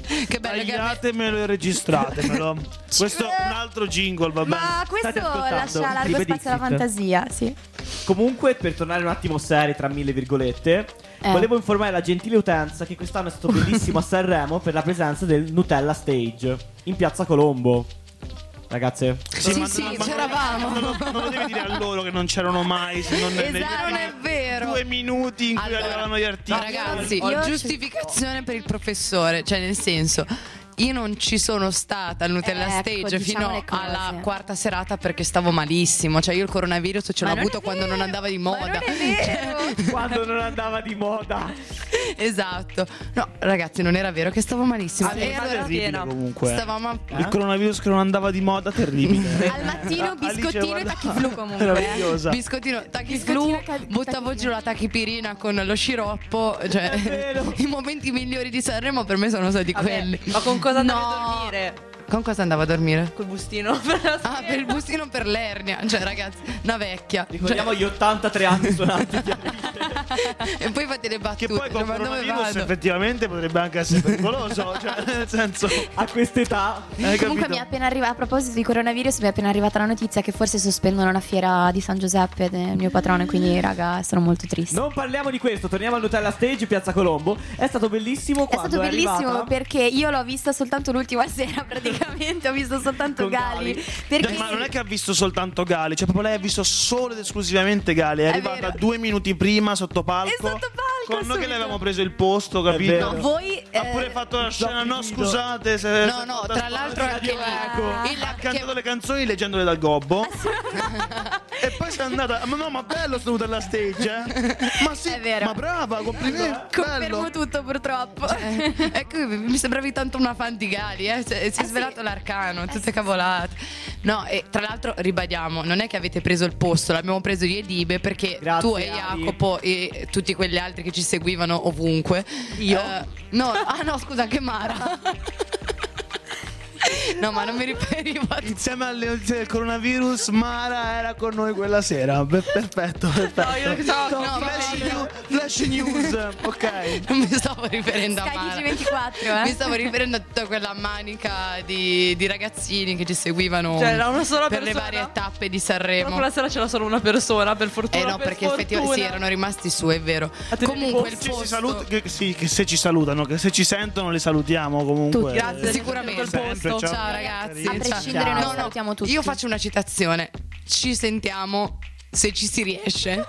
Che bello che abbi- Tagliatemelo e registratemelo. Questo è un altro jingle, va bene. Ma questo ascoltando lascia largo Libe spazio alla Dixit. fantasia, sì. Comunque, per tornare un attimo seri, tra mille virgolette, Eh. volevo informare la gentile utenza che quest'anno è stato bellissimo a Sanremo per la presenza del Nutella Stage in piazza Colombo. Ragazze, Sì, ma- sì, ma- ma- c'eravamo. Non, lo- non lo devi dire a loro che non c'erano mai. Se non negli Esatto, ultimi non è vero. Due minuti in cui Allora, arrivavano gli artisti. Ragazzi, Io- ho io- giustificazione per il professore, cioè nel senso. Io non ci sono stata al Nutella Ecco, Stage diciamo le fino cose. alla quarta serata perché stavo malissimo. Cioè, io il coronavirus ce l'ho Ma non avuto è quando non vero, andava di ma moda. Cioè, non è vero. quando non andava di moda. esatto. No, ragazzi, non era vero che stavo malissimo. Sì, e ma allora terribile pieno. comunque. eh? stavamo Eh? a Il coronavirus che non andava di moda, terribile. Al mattino Alice, biscottino e guarda- tachiflu comunque. eh. Meravigliosa. Biscottino, Biscottino tachiflu, e ca- buttavo tachipirina. giù la tachipirina con lo sciroppo. Cioè, vero. i momenti migliori di Sanremo per me sono stati Vabbè, quelli. ma con cosa andavi No. a dormire? Con cosa andavo a dormire? Col bustino per la Ah, per il bustino per l'ernia. Cioè, ragazzi, una vecchia. Ricordiamo gli 83 anni suonati. Cioè, e poi fate le Che battute. cioè, poi col ma dove coronavirus vado? effettivamente potrebbe anche essere pericoloso. cioè, nel senso. hai A quest'età Eh, capito? Comunque mi è appena arrivata, a proposito di coronavirus, mi è appena arrivata la notizia che forse sospendono la fiera di San Giuseppe del mio patrono, quindi raga, sono molto triste. Non parliamo di questo, torniamo al Nutella Stage Piazza Colombo. È stato bellissimo È quando stato bellissimo arrivata- perché io l'ho vista soltanto l'ultima sera praticamente, ho visto soltanto Con Gali. Gali. Perché Ma non è che ha visto soltanto Gali, cioè proprio lei ha visto solo ed esclusivamente Gali. È, arrivata vero. due minuti prima sotto palco. È sotto palco, Con noi che subito. le avevamo preso il posto, capito? vero. No, voi... Ha eh, pure fatto la scena. No, Zocchino. scusate. Se No, no, tra l'altro anche lì. ecco. Il- Ha che- cantato le canzoni leggendole dal gobbo. Ah, e poi si è andata. Ma no, ma bello sto alla stage, eh. Ma sì, È vero. ma brava, complimenti. Confermo Bello. tutto purtroppo. Eh, ecco, mi sembravi tanto una fan di Gali, eh? Cioè, si è Eh sì. svelato l'arcano, sì, sì. tutte cavolate. No, e tra l'altro ribadiamo, non è che avete preso il posto, l'abbiamo preso io e Dibe perché Grazie, tu e Ali. Jacopo e tutti quegli altri che ci seguivano ovunque. Io? no, ah no, scusa, anche Mara. no, ma non mi riferivo a te. Insieme alle notizie del coronavirus, Mara era con noi quella sera. Beh, perfetto, perfetto. no, ma- Flash new- Flash news, ok. Non mi stavo riferendo Sky a Mara. TG24, eh. Mi stavo riferendo a tutta quella manica di, di ragazzini che ci seguivano Cioè, era una sola per le persona? varie tappe di Però Sanremo. quella sera c'era solo una persona, per fortuna. Eh no, per perché fortuna. effettivamente sì, erano rimasti su, è vero. tenere Comunque il Che posto si salut- che, sì, che se ci salutano, che se ci sentono, li salutiamo comunque. cioè, Tutti. Grazie, sicuramente Sempre, posto. Ciao, ciao. ragazzi. A prescindere Ciao. noi salutiamo tutti. Io faccio una citazione. Ci sentiamo se ci si riesce.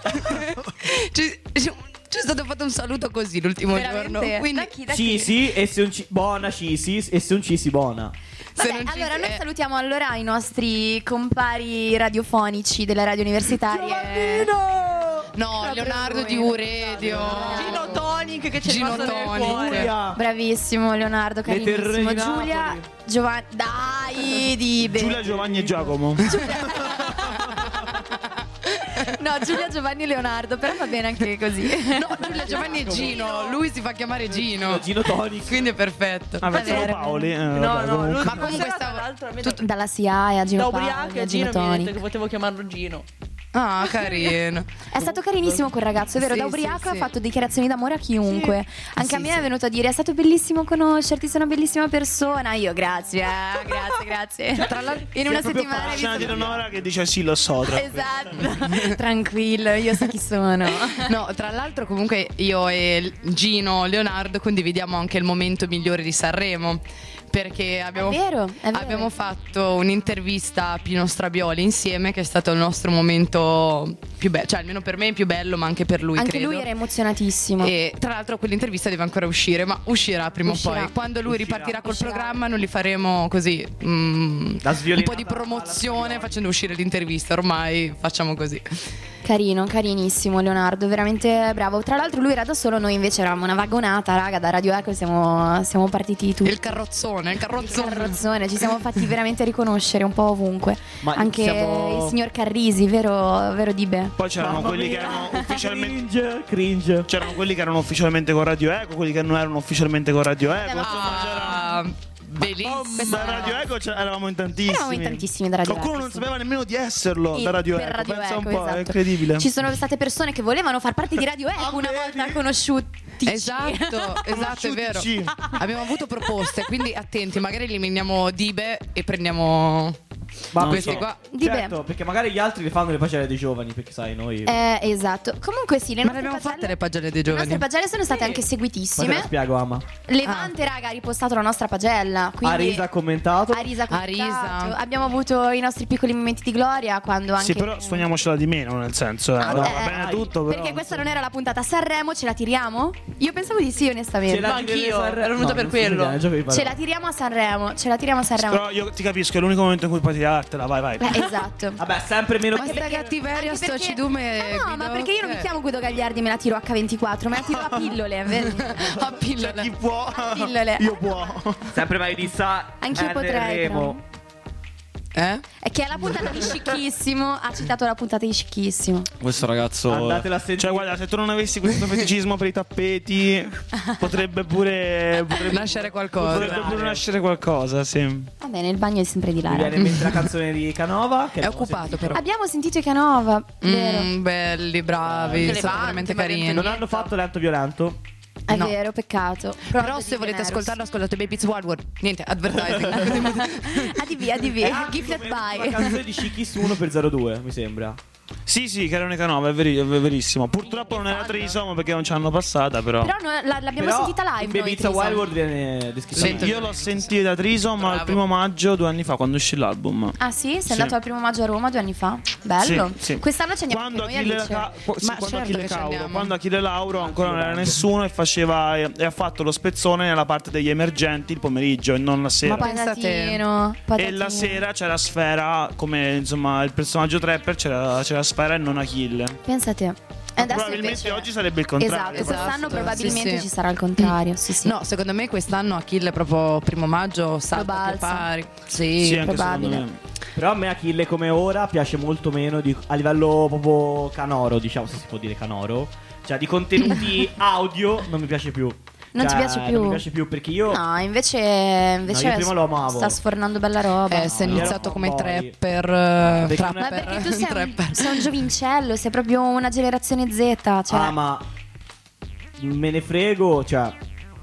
ci, ci- ci è stato fatto un saluto così l'ultimo Veramente. giorno. Quindi Da chi, da chi? Cisi e se un ci... Buona Cisi e se un Cisi buona. se Vabbè, non ci allora eh, noi salutiamo allora i nostri compari radiofonici della radio universitaria. No, Proprio Leonardo lui. di Uredio. Gino Tonic che c'è Gino rimasto nel Tonic. cuore. Giulia. Bravissimo Leonardo, carinissimo. terre di Giulia, Napoli. Giovanni, dai, Dibe. Giulia, Giovanni e Giacomo. No, Giulia, Giovanni e Leonardo, però va bene anche così. No, Giulia Giovanni e Gino. Lui si fa chiamare Gino. Gino Tonic. Quindi è perfetto. Ah, pensavo vero. Paoli. eh, No, vabbè, no, comunque. l'ultima Ma comunque sera, stavo- tra l'altro, a me Tutto- dalla CIA a da Gino Paoli, ubriaca a Gino Gino mi ha detto che Tonic. potevo chiamarlo Gino. Ah, carino. È stato carinissimo quel ragazzo, è vero, Sì, da sì, ubriaco ha sì. fatto dichiarazioni d'amore a chiunque. Anche a Sì, me sì. è venuto a dire "È stato bellissimo conoscerti, sei una bellissima persona". Io grazie, eh, grazie, Cioè, grazie. Tra l'altro in una Proprio fa settimana la hai scena di visto Eleonora che dice sì, lo so. tra- Esatto. Tranquillo, io so chi sono. No, tra l'altro comunque io e Gino Leonardo condividiamo anche il momento migliore di Sanremo. perché abbiamo, vero, Ah, è vero. abbiamo fatto un'intervista a Pino Strabioli insieme che è stato il nostro momento più bello, cioè almeno per me è più bello ma anche per lui Anche credo. Eh. lui era emozionatissimo. E tra l'altro quell'intervista deve ancora uscire, ma uscirà prima Uscirà. o poi. Quando lui Uscirà. ripartirà col Uscirà. programma noi li faremo così, mm, La un sviolinata po' di alla promozione sviolinata. facendo uscire l'intervista, ormai facciamo così. Carino, carinissimo Leonardo, veramente bravo. Tra l'altro lui era da solo, noi invece eravamo una vagonata, raga, da Radio Eco siamo, siamo partiti tutti. Il carrozzone, il Il carrozzone. carrozzone, ci siamo fatti veramente riconoscere un po' ovunque. Ma Anche siamo- il signor Carrisi, vero, vero Dibe? Poi c'erano Mamma quelli mia. che erano ufficialmente. Cringe, cringe. C'erano quelli che erano ufficialmente con Radio Eco, quelli che non erano ufficialmente con Radio Eco. Eh, Insomma, c'era. Ah, bellissimo. Oh, da Radio Eco c'era- eravamo in tantissimi. Eravamo in tantissimi da Radio Qualcuno Eco, non sì. sapeva nemmeno di esserlo da Radio per Eco. Radio Pensa Eco, un po', esatto. è incredibile. Ci sono state persone che volevano far parte di Radio Eco una vedi? volta conosciuti. Esatto, esatto, è vero. Conosciutici. Abbiamo avuto proposte, quindi attenti, magari eliminiamo Dibe e prendiamo Ma Non questi so. qua. Dibe. Certo, perché magari gli altri le fanno le pagelle dei giovani, perché sai, noi... Eh, esatto. Comunque sì, le Ma nostre le abbiamo pagelle- fatte le pagelle dei Le nostre giovani. pagelle sono state anche Poi te la seguitissime. spiego, Ama. Levante, Ah. raga, ha ripostato la nostra pagella. Quindi... Arisa ha commentato. Arisa, Arisa. contatto. Abbiamo avuto i nostri piccoli momenti di gloria quando anche Mm. Sì, però suoniamocela di meno, nel senso. eh. Ah, Va no, eh, bene tutto, però. Perché questa non era la puntata Sanremo, ce la tiriamo? Io pensavo di sì, onestamente. Ce la Ma tireremo anch'io, a Sanre- ero venuta per non si quello. vede, gioco di Ce parole. la tiriamo a Sanremo, ce la tiriamo a Sanremo. Però io ti capisco, è l'unico momento in cui puoi tirartela, vai, vai. Eh, esatto. Vabbè, sempre meno... Ma Anche sta perché- cattiveria, anche sto perché- cidume, Ma no, ma Guido, perché io non mi eh. chiamo Guido Gagliardi, me la tiro H24, me la tiro a pillole. ver- A pillola. Chi può? A pillole. Io può. Sempre mai di sa... Anch'io potrei, però. Eh? È che è la puntata di Scicchissimo, ha citato la puntata di Scicchissimo. Questo ragazzo. Andatela a sentire. Cioè, guarda, se tu non avessi questo feticismo per i tappeti, potrebbe pure. Potrebbe, Nascere qualcosa. potrebbe pure nascere qualcosa, sì. Va bene, il bagno è sempre di là. Mi raga. viene in mente la canzone di Canova. Che È abbiamo occupato sentito. però. Abbiamo sentito i Canova, Ah, vero? Mm, belli, bravi, Anche le sono Vanti, veramente Maria carini. Non hanno fatto lento violento. È no. vero, peccato. Però se volete ascoltarlo, ascoltate Baby's Wildwood. Niente, advertising. ADV, ADV, gifted La by. canzone di Chichis 1 per 02, mi sembra. Sì, sì, Carone Canova, è, veri- è verissimo. Purtroppo non era Trisom perché non ci hanno passata, però. Però noi la- l'abbiamo Però sentita live. in noi, Pizza Trisom. Wild eh, World viene descritta. Sì. meglio. Io l'ho sentita da Trisom al primo maggio, due anni fa, quando uscì l'album. Ah sì? Sei Sì. andato al primo maggio a Roma due anni fa? Bello. Sì, sì. Quest'anno ci andiamo quando anche noi Achille, al liceo. Ca- qu- sì, Ma quando certo Achille che ci Lauro- andiamo. quando Achille Lauro ancora non era nessuno e faceva e e ha fatto lo spezzone nella parte degli emergenti il pomeriggio e non la sera. Ma Pensa te. Patatino, E patatino. la sera c'era Sfera, come insomma il personaggio trapper c'era, c'era Sfera e non Achille. Pensa te. E adesso Probabilmente invece- oggi sarebbe il Esatto, contrario. esatto. quest'anno Sì, probabilmente sì. ci sarà il contrario. Sì, sì. No, secondo me quest'anno Achille proprio primo maggio salta balza. più pari. Sì, Sì. anche probabile. secondo me. Però a me Achille come ora piace molto meno di- a livello proprio canoro, diciamo se si può dire canoro. Cioè di contenuti audio non mi piace più. Non Cioè, ti piace più? Non mi piace più perché io... No, invece, invece No, io prima lo amavo. sta sfornando bella roba. Eh, sei no, iniziato no, come poi- trapper, eh, Perché- trapper, Ma perché tu sei un, trapper. sei un giovincello, sei proprio una generazione Z. Cioè, Ah, ma me ne frego, cioè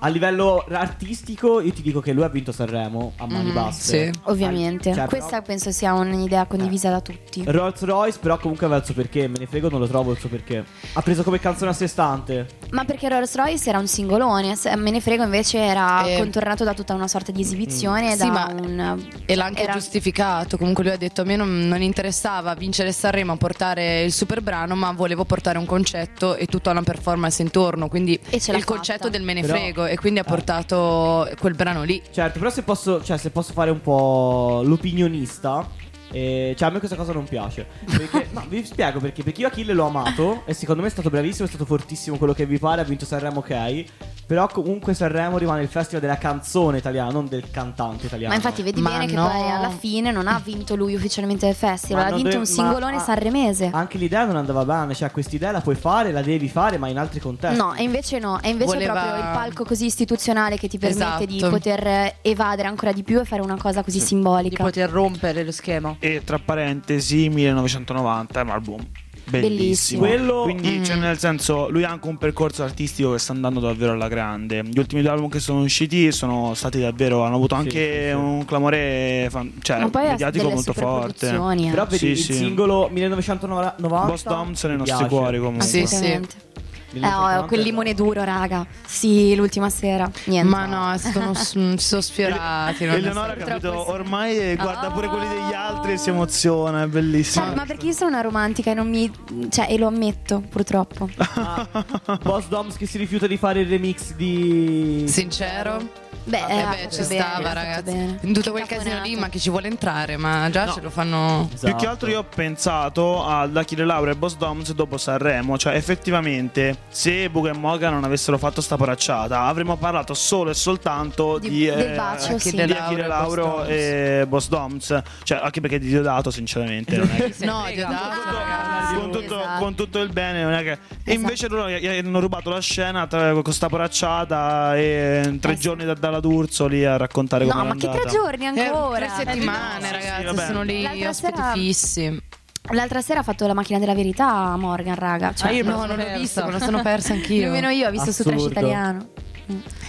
a livello artistico io ti dico che lui ha vinto Sanremo a mani Mm, basse. sì. Mm-hmm. ovviamente. Ah, cioè, Questa però- penso sia un'idea condivisa da tutti. Rolls Royce però comunque aveva il suo perché, me ne frego non lo trovo il suo perché. Ha preso come canzone a sé stante. Ma perché Rolls Royce era un singolone, se- me ne frego invece era Eh. contornato da tutta una sorta di esibizione, mm, Sì, da ma- un... E l'ha anche era- giustificato. Comunque lui ha detto: A me non, non interessava vincere Sanremo, portare il super brano, ma volevo portare un concetto e tutta una performance intorno. Quindi E ce l'ha il concetto fatta. del me ne Però- Ah. frego. E quindi ha portato quel brano lì. Certo, però se posso, cioè, se posso fare un po' l'opinionista, eh, cioè a me questa cosa non piace. Perché, no, vi spiego perché. Perché io Achille l'ho amato e secondo me è stato bravissimo, è stato fortissimo quello che vi pare, ha vinto Sanremo ok. Però comunque Sanremo rimane il festival della canzone italiana, non del cantante italiano. Ma infatti vedi Ma bene no. che poi alla fine non ha vinto lui ufficialmente il Ma festival, ha non vinto deve- un ma- singolone ah, sanremese. Anche l'idea non andava bene, cioè quest'idea la puoi fare, la devi fare, ma in altri contesti. No, e invece no, e invece Voleva- è proprio il palco così istituzionale che ti permette di Esatto. poter eh, evadere ancora di più e fare una cosa così Di simbolica. poter rompere lo schema. E tra parentesi 1990 è un album bellissimo. Bellissimo. Quello- Quindi cioè, nel senso lui ha anche un percorso artistico che sta andando davvero alla grande. Gli ultimi due album che sono usciti sono stati davvero hanno avuto anche sì, sì. un clamore fan- cioè, Ma poi ha mediatico delle molto forte. superproduzioni, eh. Però vedi Sì, il sì. singolo 1990 Boss Down sono nei mi nostri piace. Ah, cuori comunque. Sì, Assolutamente. Eh, oh, quel limone duro, raga. Sì, l'ultima sera. Niente. Ma no, sono, sono sfiorati. non è Eleonora ha stato- capito, Purtroppo sì. ormai eh, guarda pure quelli degli altri e si Oh. emoziona, è bellissimo. Cioè, ma perché io sono una romantica e non mi. Cioè, e lo ammetto, purtroppo. Boss Doms che si rifiuta di fare il remix di. Sincero? Beh, Eh, ha beh, fatto ci bene, ha stava, fatto ragazzi. bene. In tutto Che quel casino lì, caponato. ma chi ci vuole entrare? Ma già ce lo fanno. Esatto. Più che altro io ho pensato ad Achille Laura e Boss Doms dopo Sanremo, cioè effettivamente se Buga e Moga non avessero fatto sta poracciata avremmo parlato solo e soltanto di, Di- del bacio, Achille, sì. di Achille Lauro e Boss Doms, cioè anche perché di Diodato sinceramente non è che... No, frega. Diodato, ragazzi. Con tutto, Ah, Esatto. con tutto il bene, non è che. E invece loro gli- gli hanno rubato la scena tra- con sta poracciata e tre Eh sì. giorni da- dalla D'Urso lì a raccontare No, come ma è che tre andata. giorni Eh, ancora? Tre settimane, Sì, sì, ragazzi, vabbè. sono lì L'altra ospiti sera- fissi. L'altra sera ha fatto la macchina della verità a Morgan, raga. Cioè, Ah, io me la No, sono non l'ho persa. visto, me la sono persa anch'io. Nemmeno io ho visto su Assurdo. Trash Italiano.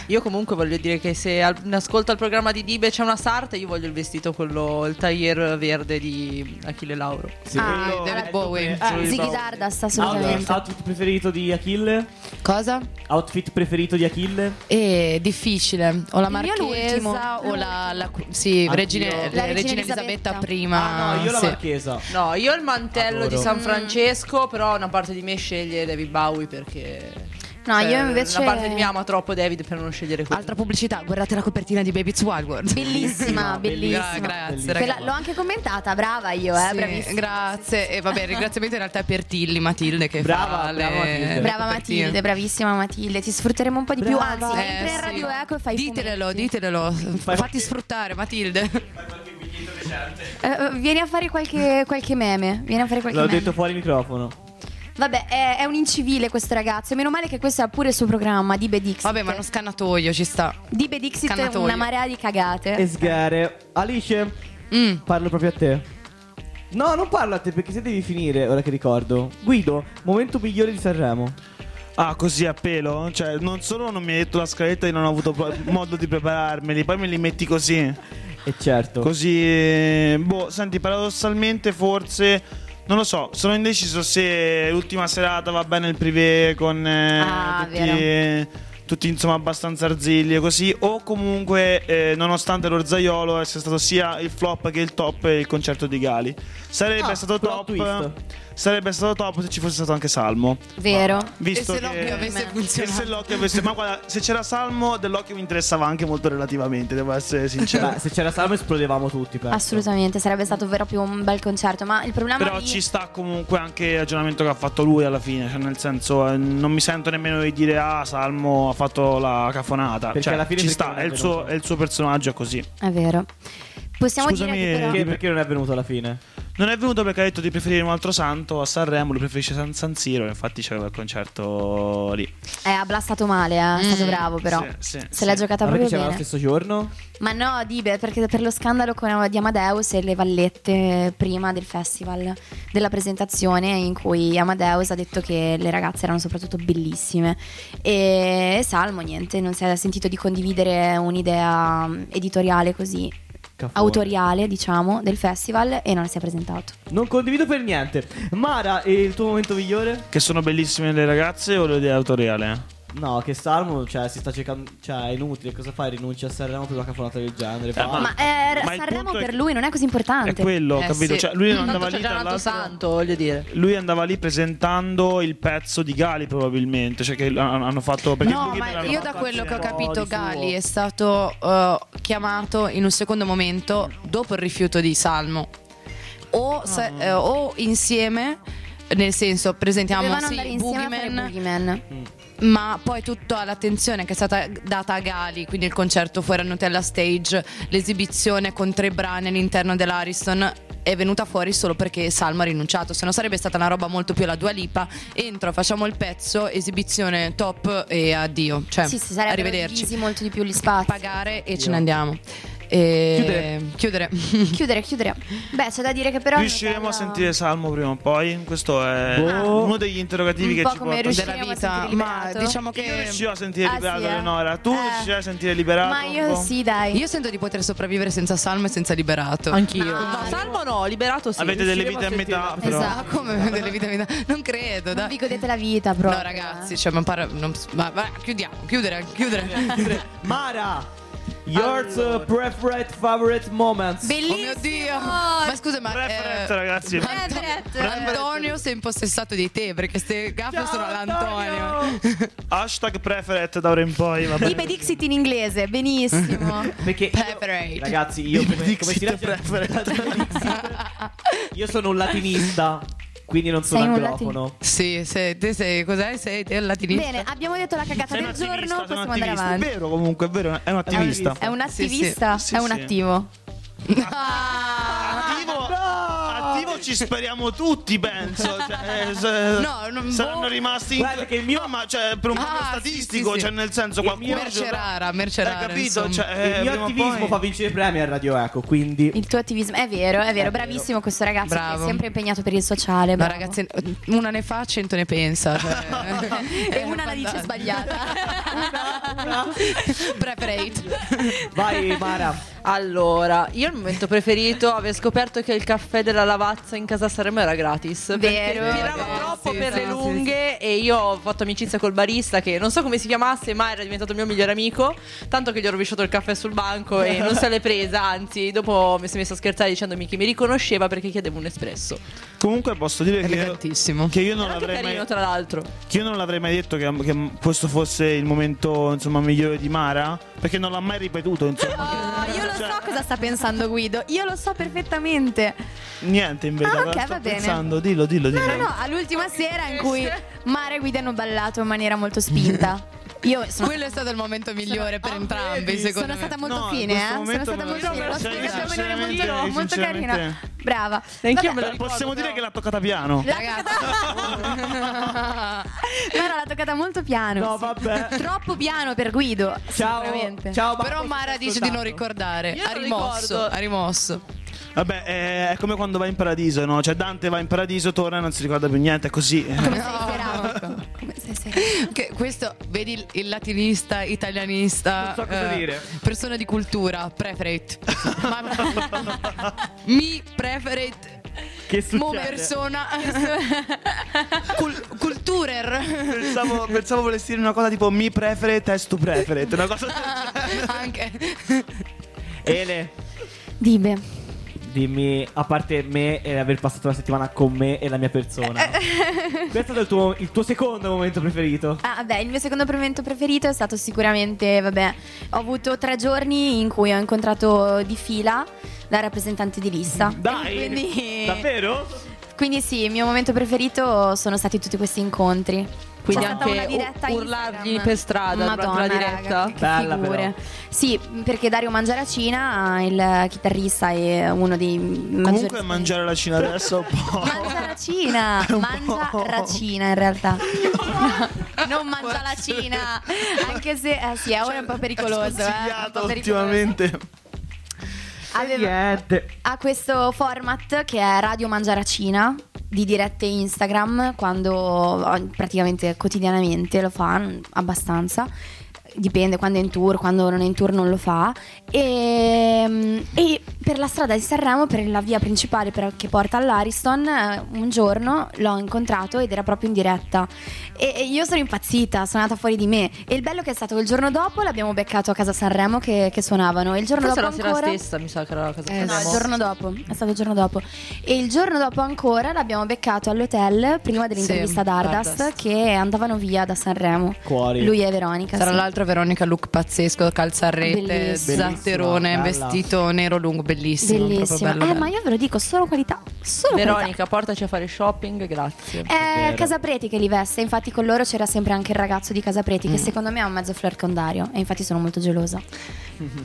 Io comunque voglio dire che se al- in ascolto al programma di Dibe c'è una sarta, io voglio il vestito quello, il taglier verde di Achille Lauro. Sì. Ah, quello- David Eh, Bowie. Ah, eh, Ziggy Ziggy Bowie. Stardust, Outfit, assolutamente. outfit preferito di Achille? Cosa? Outfit preferito di Achille? È difficile. O la Il mio l'ultimo. Marchesa o la, la- sì, Anch'io. regina, La regina, Regina Elisabetta Elisabetta. prima. ah, no, io la sì. marchesa. No, io il mantello Adoro. di San Francesco, però una parte di me sceglie David Bowie perché... cioè, No, Cioè, io invece- Una parte di me ama troppo David per non scegliere quello. Altra pubblicità, guardate la copertina di Baby's Wild World. Bellissima, Gra- bellissima. grazie, Bellissima. Quella- ragazzi. l'ho anche commentata, brava io, eh, Sì, bravissima. grazie. E vabbè, il ringraziamento in realtà è per Tilli Matilde che Brava, fa brava le- Matilde. le Brava copertine. Matilde, bravissima Matilde, ti sfrutteremo un po' di più, Brava. anzi, Eh, entra in sì. Radio Eco e fai i Ditelelo, fumetti. ditelelo. Fatti qualche- sfruttare, Matilde. Eh, vieni a fare qualche, qualche meme, vieni a fare qualche L'ho meme. detto fuori microfono. Vabbè, è, è un incivile questo ragazzo, meno male che questo ha pure il suo programma di Bedixit. Vabbè, ma uno scannatoio ci sta. di Bedixit è scannatoio. una marea di cagate. E sgare. Alice, Mm. Parlo proprio a te. No, non parlo a te perché se devi finire, ora che ricordo. Guido, momento migliore di Sanremo. Ah, così a pelo? Cioè, non solo non mi hai detto la scaletta e non ho avuto pro- modo di prepararmeli, poi me li metti così. E certo. Così. Boh, senti, paradossalmente forse. Non lo so, sono indeciso se l'ultima serata va bene il privé con eh, Ah, tutti, tutti, insomma abbastanza arzilli e così o comunque eh, nonostante l'Orzaiolo sia stato sia il flop che il top eh, il concerto di Gali. Sarebbe Ah, stato plot top. twist. Sarebbe stato top se ci fosse stato anche Salmo. Vero? Visto e se che... l'occhio avesse E se funzionato. l'occhio avesse. Ma guarda, se c'era Salmo, dell'occhio mi interessava anche molto relativamente, devo essere sincero. Beh, Cioè, se c'era Salmo esplodevamo tutti, penso. Assolutamente, sarebbe stato proprio un bel concerto, ma il problema Certo. Però lì- ci sta comunque anche il ragionamento che ha fatto lui alla fine, cioè nel senso eh, non mi sento nemmeno di dire ah Salmo ha fatto la cafonata, Perché cioè, alla fine ci perché sta, non è è il, suo, venuto? è il suo personaggio è così. È vero. Possiamo Scusami, dire che però... Perché, perché non è venuto alla fine? Non è venuto perché ha detto di preferire un altro santo a Sanremo, lui preferisce San, San Siro, infatti c'era quel concerto lì. Eh, ha blastato male, eh, è stato Mm. bravo però. Sì, sì, Se l'ha sì. giocata Ma perché proprio c'era bene. lo stesso giorno? Ma no, Dibe, perché per lo scandalo con eh, di Amadeus e le vallette eh, prima del festival, della presentazione in cui Amadeus ha detto che le ragazze erano soprattutto bellissime e Salmo niente, non si è sentito di condividere un'idea mm, editoriale così Cafone. autoriale, diciamo, del festival e non si è presentato. Non condivido per niente. Mara, e il tuo momento migliore? Che sono bellissime le ragazze o l'idea autoriale? No, che Salmo, cioè, si sta cercando. Cioè, è inutile. Cosa fai? Rinuncia a Sanremo per una cafonata del genere. Eh, va. Ma, eh, ma il Sanremo punto è- per lui non è così È importante. quello, Eh, capito? sì. Cioè, lui non Tanto andava c'è lì già nato dall'altro- santo, voglio dire. Lui andava lì presentando il pezzo di Gali probabilmente, cioè che l- hanno fatto perché No, lui ma l'hanno io da fatto quello che ho anche- po' capito, di suo. Gali è stato eh, chiamato in un secondo momento dopo il rifiuto di Salmo. O, se- Ah. eh, o insieme, nel senso, presentiamo Dovevano andare sì, insieme a fare Boogeyman, Boogeyman. ma poi tutta l'attenzione che è stata data a Gali, quindi il concerto fuori a Nutella Stage, l'esibizione con tre brani all'interno dell'Ariston è venuta fuori solo perché Salmo ha rinunciato, se no sarebbe stata una roba molto più la Dua Lipa, entro, facciamo il pezzo, esibizione top e addio, cioè Sì, sì, sarebbero arrivederci. divisi molto di più gli spazi. Pagare e ce ne andiamo. E chiudere. Chiudere, chiudere. Beh, c'è da dire che però. Riusciremo a sentire Salmo prima o poi? Questo è Boh. uno degli interrogativi Un che po' ci come porta. riuscire- della Riusciremo a vita, sentire ma liberato? diciamo Io che riuscivo a sentire Ah, liberato, sì, eh? Eleonora. Tu Eh. riuscirai a sentire liberato? Ma un io po'? sì, dai. io sento di poter sopravvivere senza salmo e senza liberato. Anch'io. Ah, No, Salmo no, liberato sì. Avete delle riusciremo vite a metà, sentirlo. però. Esatto, come delle vite vita. Non credo, Non dai. vi godete la vita, proprio. No, eh. ragazzi, cioè, ma parla- non- va- va, chiudiamo, chiudere, chiudere. Mara, your uh, preferred favorite moments. Bellissimo. Oh mio Dio! Ma scusa, ma. Preferenza, eh, ragazzi. Anto- Preferenza. Antonio si è impossessato di te perché ste gaffe sono all'Antonio. Hashtag preferette da ora in poi. cioè- Vabbè. Ibe Dixit in inglese, benissimo. Perché io- Pepperate. ragazzi, io come, Dixit come si legge- Dixit. Io sono un latinista, quindi non sono Sei un anglofono. Sì, sei, te sei, cos'è? Sei te latinista? Bene, abbiamo detto la cagata Sei un del giorno, attivista, sei un possiamo andare attivista. avanti. È vero, comunque, è vero, è un attivista. È un Sì, sì. attivista, Sì, è un sì. attivo. Ah. Attivo, attivo ci speriamo tutti, penso. Cioè, eh, se- No, non- saranno boh. rimasti. in- Guarda che il mio- No, ma cioè, per un problema Ah, sì, statistico, sì, sì. cioè, nel senso, Il mio- qualcuno. Mercerara, Hai mercerara. capito? insomma. Cioè, eh, Il mio prima o attivismo poi- fa vincere premi a Radio Eco, quindi Il tuo attivismo è vero, è vero, bravissimo questo ragazzo che Bravo. è sempre impegnato per il sociale. No, bravo. ragazzi, una ne fa, cento ne pensa. cioè. e una la fantastico. dice sbagliata. Preparate. vai Mara. Allora, io il momento preferito aver scoperto che il caffè della lavazza in casa Sanremo era gratis. Vero. Perché tirava Vero, troppo sì, per sì, le sì, lunghe e io ho fatto amicizia col barista che non so come si chiamasse, ma era diventato il mio migliore amico. Tanto che gli ho rovesciato il caffè sul banco e non se l'è presa. Anzi, dopo mi si è messo a scherzare dicendomi che mi riconosceva perché chiedevo un espresso. Comunque, posso dire che io, Elegantissimo. che io non Era anche l'avrei carino, mai. tra l'altro. Che io non l'avrei mai detto che, che questo fosse il momento insomma migliore di Mara perché non l'ha mai ripetuto insomma Oh, io lo Cioè- so cosa sta pensando Guido, io lo so perfettamente. niente invece Ah, ok, sto va bene. pensando dillo dillo dillo No, no, no, all'ultima sera in cui Mara e Guido hanno ballato in maniera molto spinta. Io sono, Ah, Quello è stato il momento migliore per entrambi, vedi? secondo sono me. stata molto No, in fine, questo eh. Sono momento stata me lo molto fine, l'ho spiego, spiegata in maniera molto, sinceramente- molto carina. sinceramente- Brava. Anch'io me Vabbè, lo ricordo. possiamo dire però. che l'ha toccata piano l'ha Ragazzi. toccata- Mara l'ha toccata molto piano. No, sì. vabbè. Troppo piano per Guido. Ciao, sicuramente. ciao Marco, Però ci Mara sto dice di non ascoltando. ricordare. Io Ha non rimosso, ricordo. ha rimosso. vabbè eh, è come quando va in paradiso no? cioè Dante va in paradiso torna e non si ricorda più niente è così Come sei serafico. Come sei serafico. Che questo, vedi il, il latinista, italianista. eh, Non so cosa dire. Persona di cultura, preferate. Ma- mi preferate. Che Mo succede? persona. Cul- culturer. pensavo, pensavo volessi dire una cosa tipo mi prefere testo prefere una cosa del genere. Anche. Ele, Dibe. dimmi, a parte me e aver passato la settimana con me e la mia Eh, persona. Questo è il tuo, il tuo secondo momento preferito. Ah, vabbè, il mio secondo momento preferito è stato sicuramente, vabbè, ho avuto tre giorni in cui ho incontrato di fila la rappresentante di lista. Dai, Quindi- davvero? Quindi sì, il mio momento preferito sono stati tutti questi incontri. Quindi C'è stata una anche diretta u- Instagram. urlargli per strada durante Madonna, la diretta. raga, che Bella figure. però. Sì, perché Dario Mangiaracina, il chitarrista e uno dei comunque maggiori- mangiare la cina adesso è un po' Mangiaracina, un mangia po'. racina in realtà. non mangia la Cina, anche se eh sì, ora è un po' pericoloso, eh, è un Cioè, sconsigliato po' pericoloso. ultimamente Aveva- Niente. ha questo format che è Radio Mangiaracina di dirette Instagram quando oh, praticamente quotidianamente lo fa n- abbastanza dipende quando è in tour quando non è in tour non lo fa e, mm, e per la strada di Sanremo per la via principale per- che porta all'Ariston eh, un giorno l'ho incontrato ed era proprio in diretta e, e io sono impazzita sono andata fuori di me e il bello che è stato che il giorno dopo l'abbiamo beccato a casa Sanremo che, che suonavano e il giorno Forse la dopo sera ancora stessa, mi sa che era la casa Eh, No, il Sanremo. giorno dopo, è stato il giorno dopo. E il giorno dopo ancora l'abbiamo beccato all'hotel prima dell'intervista Sì, ad Ardast, Stardust. che andavano via da Sanremo. Cuori. Lui e Veronica. Tra sì. l'altro Veronica look pazzesco, calzarrete, Bellissima. zatterone, Bellissima, bella. vestito nero lungo, bellissimo. proprio Bellissimo. bello, eh, bello. ma io ve lo dico, solo qualità. Solo Veronica, portaci a fare shopping, grazie. qualità. È Vero. Casapreti che li veste, infatti con loro c'era sempre anche il ragazzo di Casapreti Mm. che secondo me è un mezzo flirt con Dario e infatti sono molto gelosa.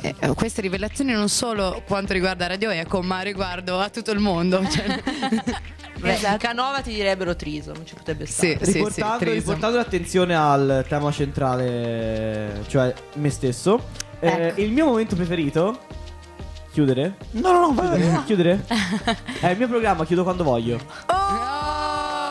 Eh, eh, queste rivelazioni non solo quanto riguarda Radio Eco, ma riguardo a tutto il mondo. Cioè, Beh, Canova ti direbbero Triso, non ci potrebbe sì, stare. sì, sì, riportando, Trisom. riportando l'attenzione al tema centrale, cioè me stesso, eh, Ecco. il mio momento preferito Chiudere? No, no, no, vai, vai. Chiudere? È il mio programma, chiudo quando voglio.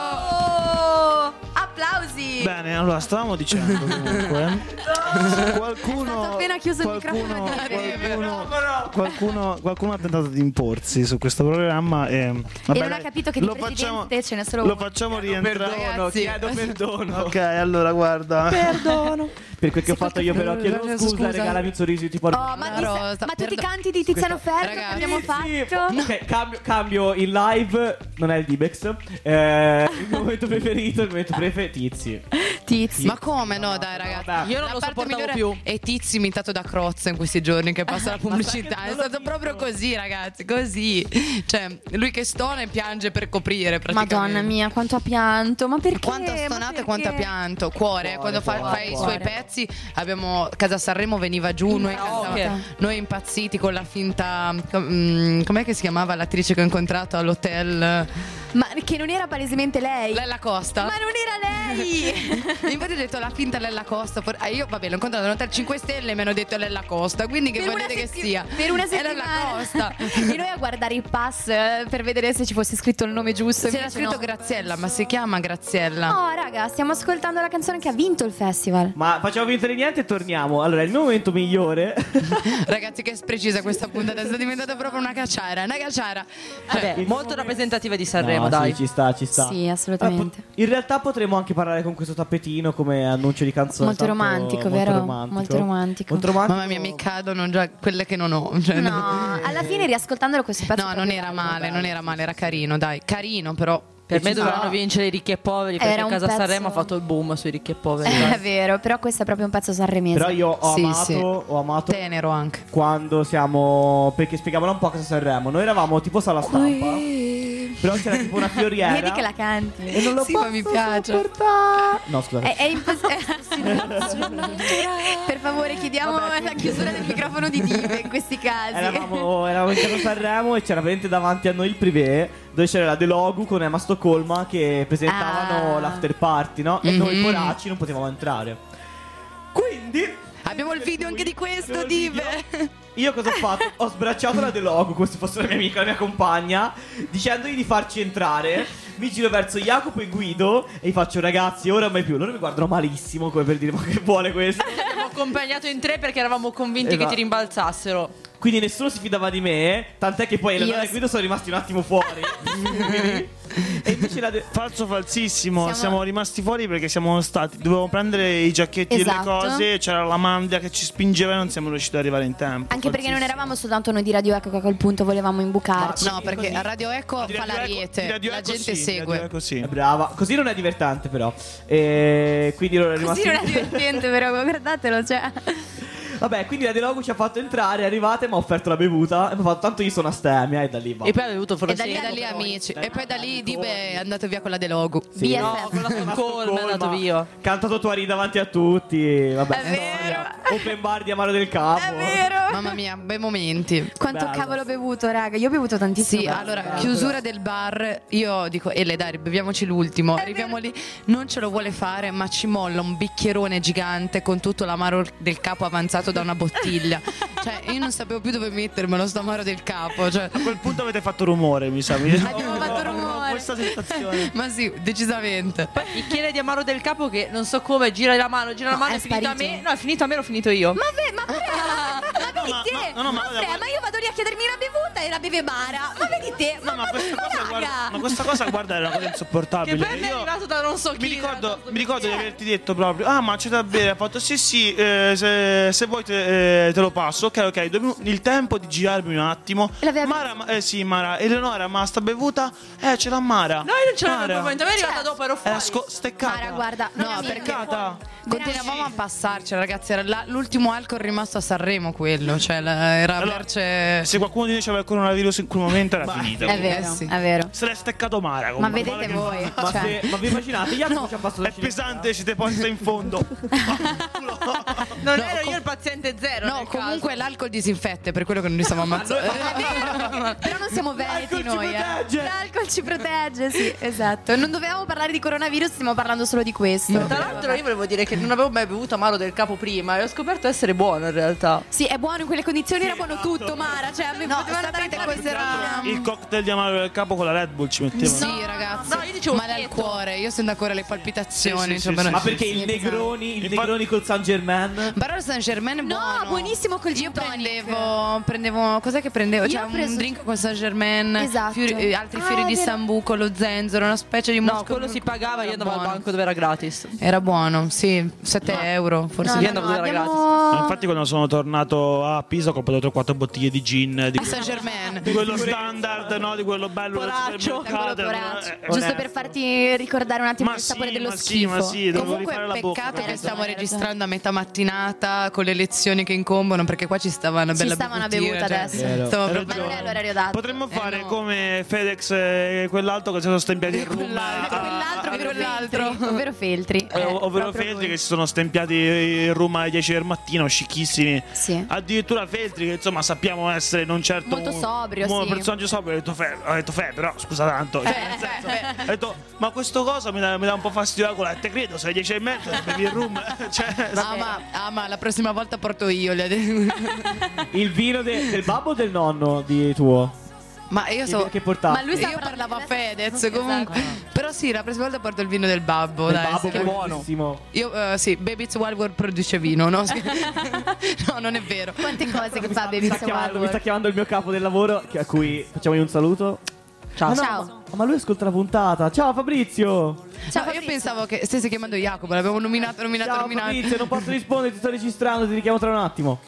Oh! Applausi! Bene, allora stavamo dicendo comunque. eh. qualcuno, È stato appena chiuso il microfono a dire. Qualcuno, qualcuno, qualcuno ha tentato di imporsi su questo programma. E, vabbè, non ha dai, capito che di lo presidente facciamo- ce n'è solo Lo uno. facciamo rientrare. Ah, Perdono, Ragazzi. chiedo perdono. Ok, allora guarda. Esatto. Per quel che ho fatto io, però, qualche- chiedo scusa, scusa, scusa. regalami un sorriso tipo al- Oh, ma, ti sa- Rosa, ma tutti i perdo- canti di Tiziano Ferro che Ragazzi. abbiamo Sì, fatto? Ok, cambio, cambio in live. Non è il D-Bex. Eh, il mio momento preferito, il momento preferito. Tizi. Tizi. Ma come no, dai ragazzi. vabbè. Io non La lo parte migliore sopportavo più. È Tizi imitato da Crozza in questi giorni che passa la pubblicità. sai che È non l'ho stato visto. proprio così, ragazzi, così. Cioè, lui che stona e piange per coprire praticamente. Madonna mia, quanto ha pianto. Ma perché? Quanto ha stonato e quanto ha pianto. Cuore, Cuore, quando fa, cuore, fa i cuore. suoi pezzi abbiamo Casa Sanremo veniva giù, noi, karaoke. cantavamo- noi impazziti con la finta mm, com'è che si chiamava l'attrice che ho incontrato all'hotel? Ma che non era palesemente lei. Lella Costa. Ma non era lei. Infatti ho detto la finta Lella Costa. for- ah, io vabbè, l'ho incontrato all'hotel 5 Stelle e mi hanno detto Lella Costa. Quindi che volete che setti- sia? per una È Lella settimana Costa. e noi a guardare il pass eh, per vedere se ci fosse scritto il nome giusto. C'era invece scritto no. Graziella, ma si chiama Graziella. Oh, raga, stiamo ascoltando la canzone che ha vinto il festival. Ma facciamo vincere niente e torniamo. Allora, il mio momento migliore. Ragazzi, che precisa questa puntata. È diventata proprio una cacciara. Una cacciara. Vabbè, il molto momento- rappresentativa di Sanremo, No, sì, dai. ci sta, ci sta. Sì, assolutamente. Ah, pot- in realtà potremmo anche parlare con questo tappetino come annuncio di canzone. Molto tanto- romantico, molto vero? Romantico. Molto romantico. Molto romantico. Mamma mia, mi cadono già quelle che non ho. Cioè, No, alla fine riascoltandolo questo pezzo. No, è non proprio era bello. male, non era male, era carino, dai. Carino, però. Per me Ci dovranno sta. vincere i ricchi e poveri Era perché un Casa pezzo- Esatto. Sanremo ha fatto il boom sui ricchi e poveri. È dai. vero, però questo è proprio un pezzo sanremese. Però io ho Sì, amato, sì. ho amato Tenero anche. quando siamo. Perché spiegavano un po' cosa Sanremo. Noi eravamo tipo sala stampa. Però c'era tipo una fioriera. Vedi che la canti. E non lo Sì, ma posso mi piace. sopportare. No, scusate. È, è impossibile. per favore, chiediamo Vabbè, la quindi- chiusura del microfono di Dive in questi casi. Eravamo, eravamo in casa Sanremo e c'era veramente davanti a noi il privé dove c'era la De Logu con Emma Stoccolma che presentavano Ah. l'after party, no? E noi Mhm. poracci non potevamo entrare. Quindi Abbiamo il video anche di questo, Abbiamo il Div. video. Io cosa ho fatto? Ho sbracciato la De Logu, come se fosse la mia amica, la mia compagna, dicendogli di farci entrare. Mi giro verso Jacopo e Guido e gli faccio ragazzi, ora mai più. Loro mi guardano malissimo come per dire ma che vuole questo. Abbiamo accompagnato in tre perché eravamo convinti Esatto. che ti rimbalzassero. Quindi nessuno si fidava di me, tant'è che poi Elena e Guido sono rimasti un attimo fuori. e invece la de- Falso falsissimo, Siamo- siamo... rimasti fuori perché siamo stati. Dovevamo prendere i giacchetti Esatto. e le cose. C'era la mandia che ci spingeva e non siamo riusciti ad arrivare in tempo. Anche perché non Falsissimo. eravamo soltanto noi di Radio Eco che a quel punto volevamo imbucarci. No, perché a Radio Eco Di fa la Radio Eco- di rete, Radio la Eco gente sì, di Radio segue. Eco sì. È brava, così non è divertente però. E quindi loro sono Così rimasti non è divertente, però guardatelo, cioè. Vabbè, quindi la De Logu ci ha fatto entrare, è arrivata e mi ha offerto la bevuta e mi ha fatto tanto io sono astemia e da lì va. E poi avevo dovuto E forse da lì, io da lì, amici. E poi da lì Dibe è andato via con la De Logu. Sì, BFF. No, con la Ma Stoccolma è andato Stoccolma, via. Cantato Tuari davanti a tutti. Vabbè, È vero. storia. Open bar di Amaro del Capo. È vero. Mamma mia, bei momenti. Quanto Bello. cavolo ho bevuto, raga. Io ho bevuto tantissimo. Sì, allora, chiusura del bar, io dico, Ele, dai, beviamoci l'ultimo. Arriviamo lì, non ce lo vuole fare, ma ci molla un bicchierone gigante con tutto l'amaro del capo avanzato da una bottiglia. cioè, io non sapevo più dove mettermelo, sto amaro del capo. Cioè. A quel punto avete fatto rumore, mi sa. Abbiamo fatto rumore. Questa sensazione. ma sì, decisamente. Bicchiere di amaro del capo che non so come gira la mano, gira la mano, è è, finito a sparito. me. No, è finito a me, l'ho finito io. Ma ve, ma Frea, ma vedi ma- te? no, no, ma, ma- Frea, ma io vado lì a chiedermi una bevuta e la beve Mara. Ma vedi te? Ma, No, ma questa cosa, raga. guarda, ma questa cosa, guarda, era una cosa che insopportabile. per me è Io- arrivato da non so chi. mi era ricordo, questo mi ricordo di bicchiere. averti detto proprio Ah ma c'è da bere Ha fatto sì sì eh, se, se vuoi te, eh, te lo passo Ok ok due minu- Il tempo di girarmi un attimo E l'aveva Mara ma- eh, Sì Mara Eleonora ma sta bevuta Eh ce l'ha Mara No, io non ce l'avevo in quel Mara, momento, a me è arrivata dopo, ero fuori. Era sco- steccata Mara, guarda, non No, è vero. perché- Steccata Continuavamo a passarcela, ragazzi. Era la- l'ultimo alcol rimasto a Sanremo, quello. Cioè, la- era Allora, merce. Eh, Se qualcuno di noi aveva il coronavirus in quel momento era finita È vero, Eh sì. è vero. Se l'è steccato Mara. Ma comunque. vedete voi. Ma, cioè. se, ma vi immaginate, Jacopo ci ha passato È la cilindrata. pesante, ci te porta in fondo. Non No, ero com- io il paziente zero. No, nel comunque l'alcol disinfette, per quello che non li stiamo ammazzando. Eh, Però non siamo veneti L'alcol ci noi. eh. protegge. L'alcol ci protegge, sì, esatto. Non dovevamo parlare di coronavirus, stiamo parlando solo di questo. caso. Tra l'altro io volevo dire che non avevo mai bevuto amaro del capo prima e ho scoperto essere buono in realtà. Sì, è buono in quelle condizioni, era buono tutto, Mara. Cioè, no, potevano dare sapete fuori cos'era- tutto. Il cocktail di amaro del capo con la Red Bull ci metteva. Sì, ragazzi. no, io dicevo male al lieto. cuore, io sento ancora le palpitazioni. Sì, sì, cioè, sì, però- Ma perché il pesante. Negroni, il Infatti- Negroni col San Germain? Però il San Germain è No, buono. buonissimo col gin Io tonic. prendevo, prendevo. Cos'è che prendevo? Io Cioè, ho un preso- drink con San Germain, Esatto. fiori- eh, altri Ah, fiori è di vero. sambuco, lo zenzero, una specie di No, muscolo. quello si pagava, Era io andavo al buono. banco dove era gratis. Era buono, sì, 7 euro forse. No, Io no, andavo no, da gratis. Ma abbiamo... Infatti, quando sono tornato a Pisa, ho comprato 4 bottiglie di Ah, gin. Di A San Germain. di quello standard, no? Di quello bello del Poraccio. supermercato. Da quello poraccio. Eh, eh, Giusto per farti ricordare un attimo Ma il sapore sì, dello ma sì, schifo. ma sì, devo Comunque rifare la bocca. peccato che Hai stiamo ragione, hai registrando a metà mattinata con le lezioni che incombono perché qua ci stava una Ci bella stava una bevutina, bevuta cioè, adesso. Vero. stavo Hai Ma proprio- non è ragione. l'orario adatto. Potremmo fare no. come Fedex e quell'altro che si sono stempiati in room Quell'altro, a- Quell'altro, a- ovvero Quell'altro. Feltri, ovvero Feltri. eh, Eh, ovvero proprio Feltri lui. che si sono stempiati in room alle 10 del mattino, scicchissimi. Sì. Addirittura Feltri, che insomma sappiamo essere non certo Molto un- sobrio, un sì. Eh. personaggio sobrio. Ho detto, Fe, ho detto, Fe, però scusa tanto. Cioè, nel senso, ho detto, ma questo cosa mi dà, mi dà un po' fastidio la gola. Te credo, sei 10 e mezzo, bevi il room. cioè, Ah, ma, ah, ma la prossima volta porto io. gli ha detto. Il vino de- del babbo o del nonno di tuo? ma io Che, so. che portate? Ma lui sta io parlando parlavo a di- Fedez Esatto. comunque. Però sì, la prossima volta porto il vino del babbo. Del dai, babbo, sì. buonissimo. Io, eh, sì, Baby's Wild World produce vino, no? no, non è vero. Quante cose che fa Mi Baby sta, Sam chiamando, mi sta Walworth. chiamando il mio capo del lavoro, che- a cui facciamogli un saluto. Ciao. Ah, no, Ma, ma lui ascolta la puntata. Ciao Fabrizio. Ciao, No, io Fabrizio. pensavo che stesse chiamando Jacopo, l'abbiamo nominato, nominato, Ciao nominato. Fabrizio, non posso rispondere, ti sto registrando, ti richiamo tra un attimo.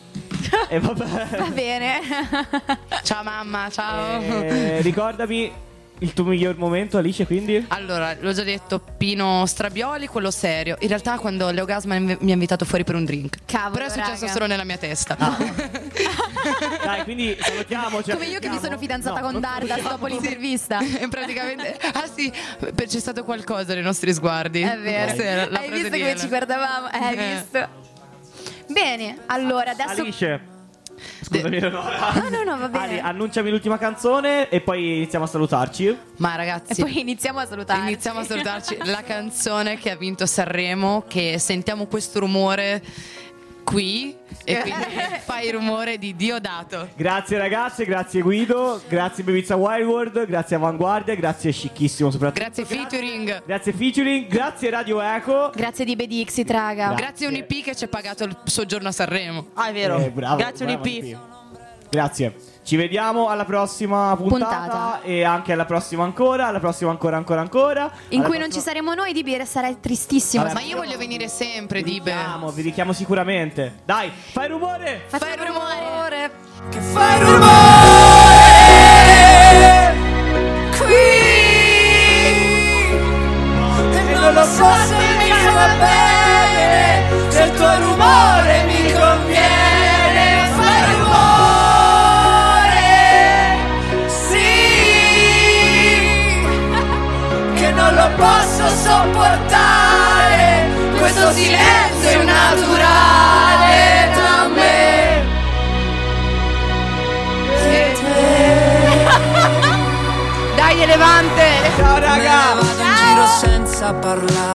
E vabbè. Va bene. Ciao mamma, ciao. Eh, ricordami il tuo miglior momento, Alice, quindi? Allora, l'ho già detto, Pino Strabioli, quello serio. In realtà quando Leo Gasman inv- mi ha invitato fuori per un drink. Cavolo, Però è successo raga. solo nella mia testa. Ah. Dai, quindi salutiamo. cioè, Come io che mi sono salutiamo. fidanzata No, con non Dardas salutiamo. dopo l'intervista. E praticamente, ah sì, beh, c'è stato qualcosa nei nostri sguardi. È vero. Sì, la- la Hai frase visto di come Elena. ci guardavamo? Eh, Hai Eh. visto? Bene, allora adesso Ah, Alice. Scusami, Eleonora. No, no, no, va bene. Ali, annunciami l'ultima canzone e poi iniziamo a salutarci. Ma e ragazzi, poi iniziamo a salutarci. Iniziamo a salutarci. La canzone che ha vinto Sanremo, che sentiamo questo rumore qui e quindi fai il rumore di Diodato. Grazie ragazze, grazie Guido, grazie Bevizza Wild World, grazie Avanguardia, grazie Scicchissimo soprattutto. Grazie featuring. Grazie featuring, grazie Radio Eco. Grazie di Bedixit, raga. Grazie. Grazie a un IP che ci ha pagato il soggiorno a Sanremo. Ah, è vero. Eh, bravo, Grazie brava, Unip. Nipi. Grazie. Ci vediamo alla prossima puntata, Puntata. e anche alla prossima ancora, alla prossima ancora ancora ancora. In Alla cui non ci prossima- saremo noi, di birra sarà tristissimo. Vabbè, Ma io voglio venire sempre, Vi Dibe. richiamo, vi richiamo sicuramente. Dai, fai rumore! Fai il rumore. Che fai rumore qui E non lo so se mi fa bene Se il tuo rumore mi conviene Fai rumore Sì Che non lo posso sopportare Questo silenzio naturale tra me Dai, Elevante! Ciao raga! Vado in giro senza parlare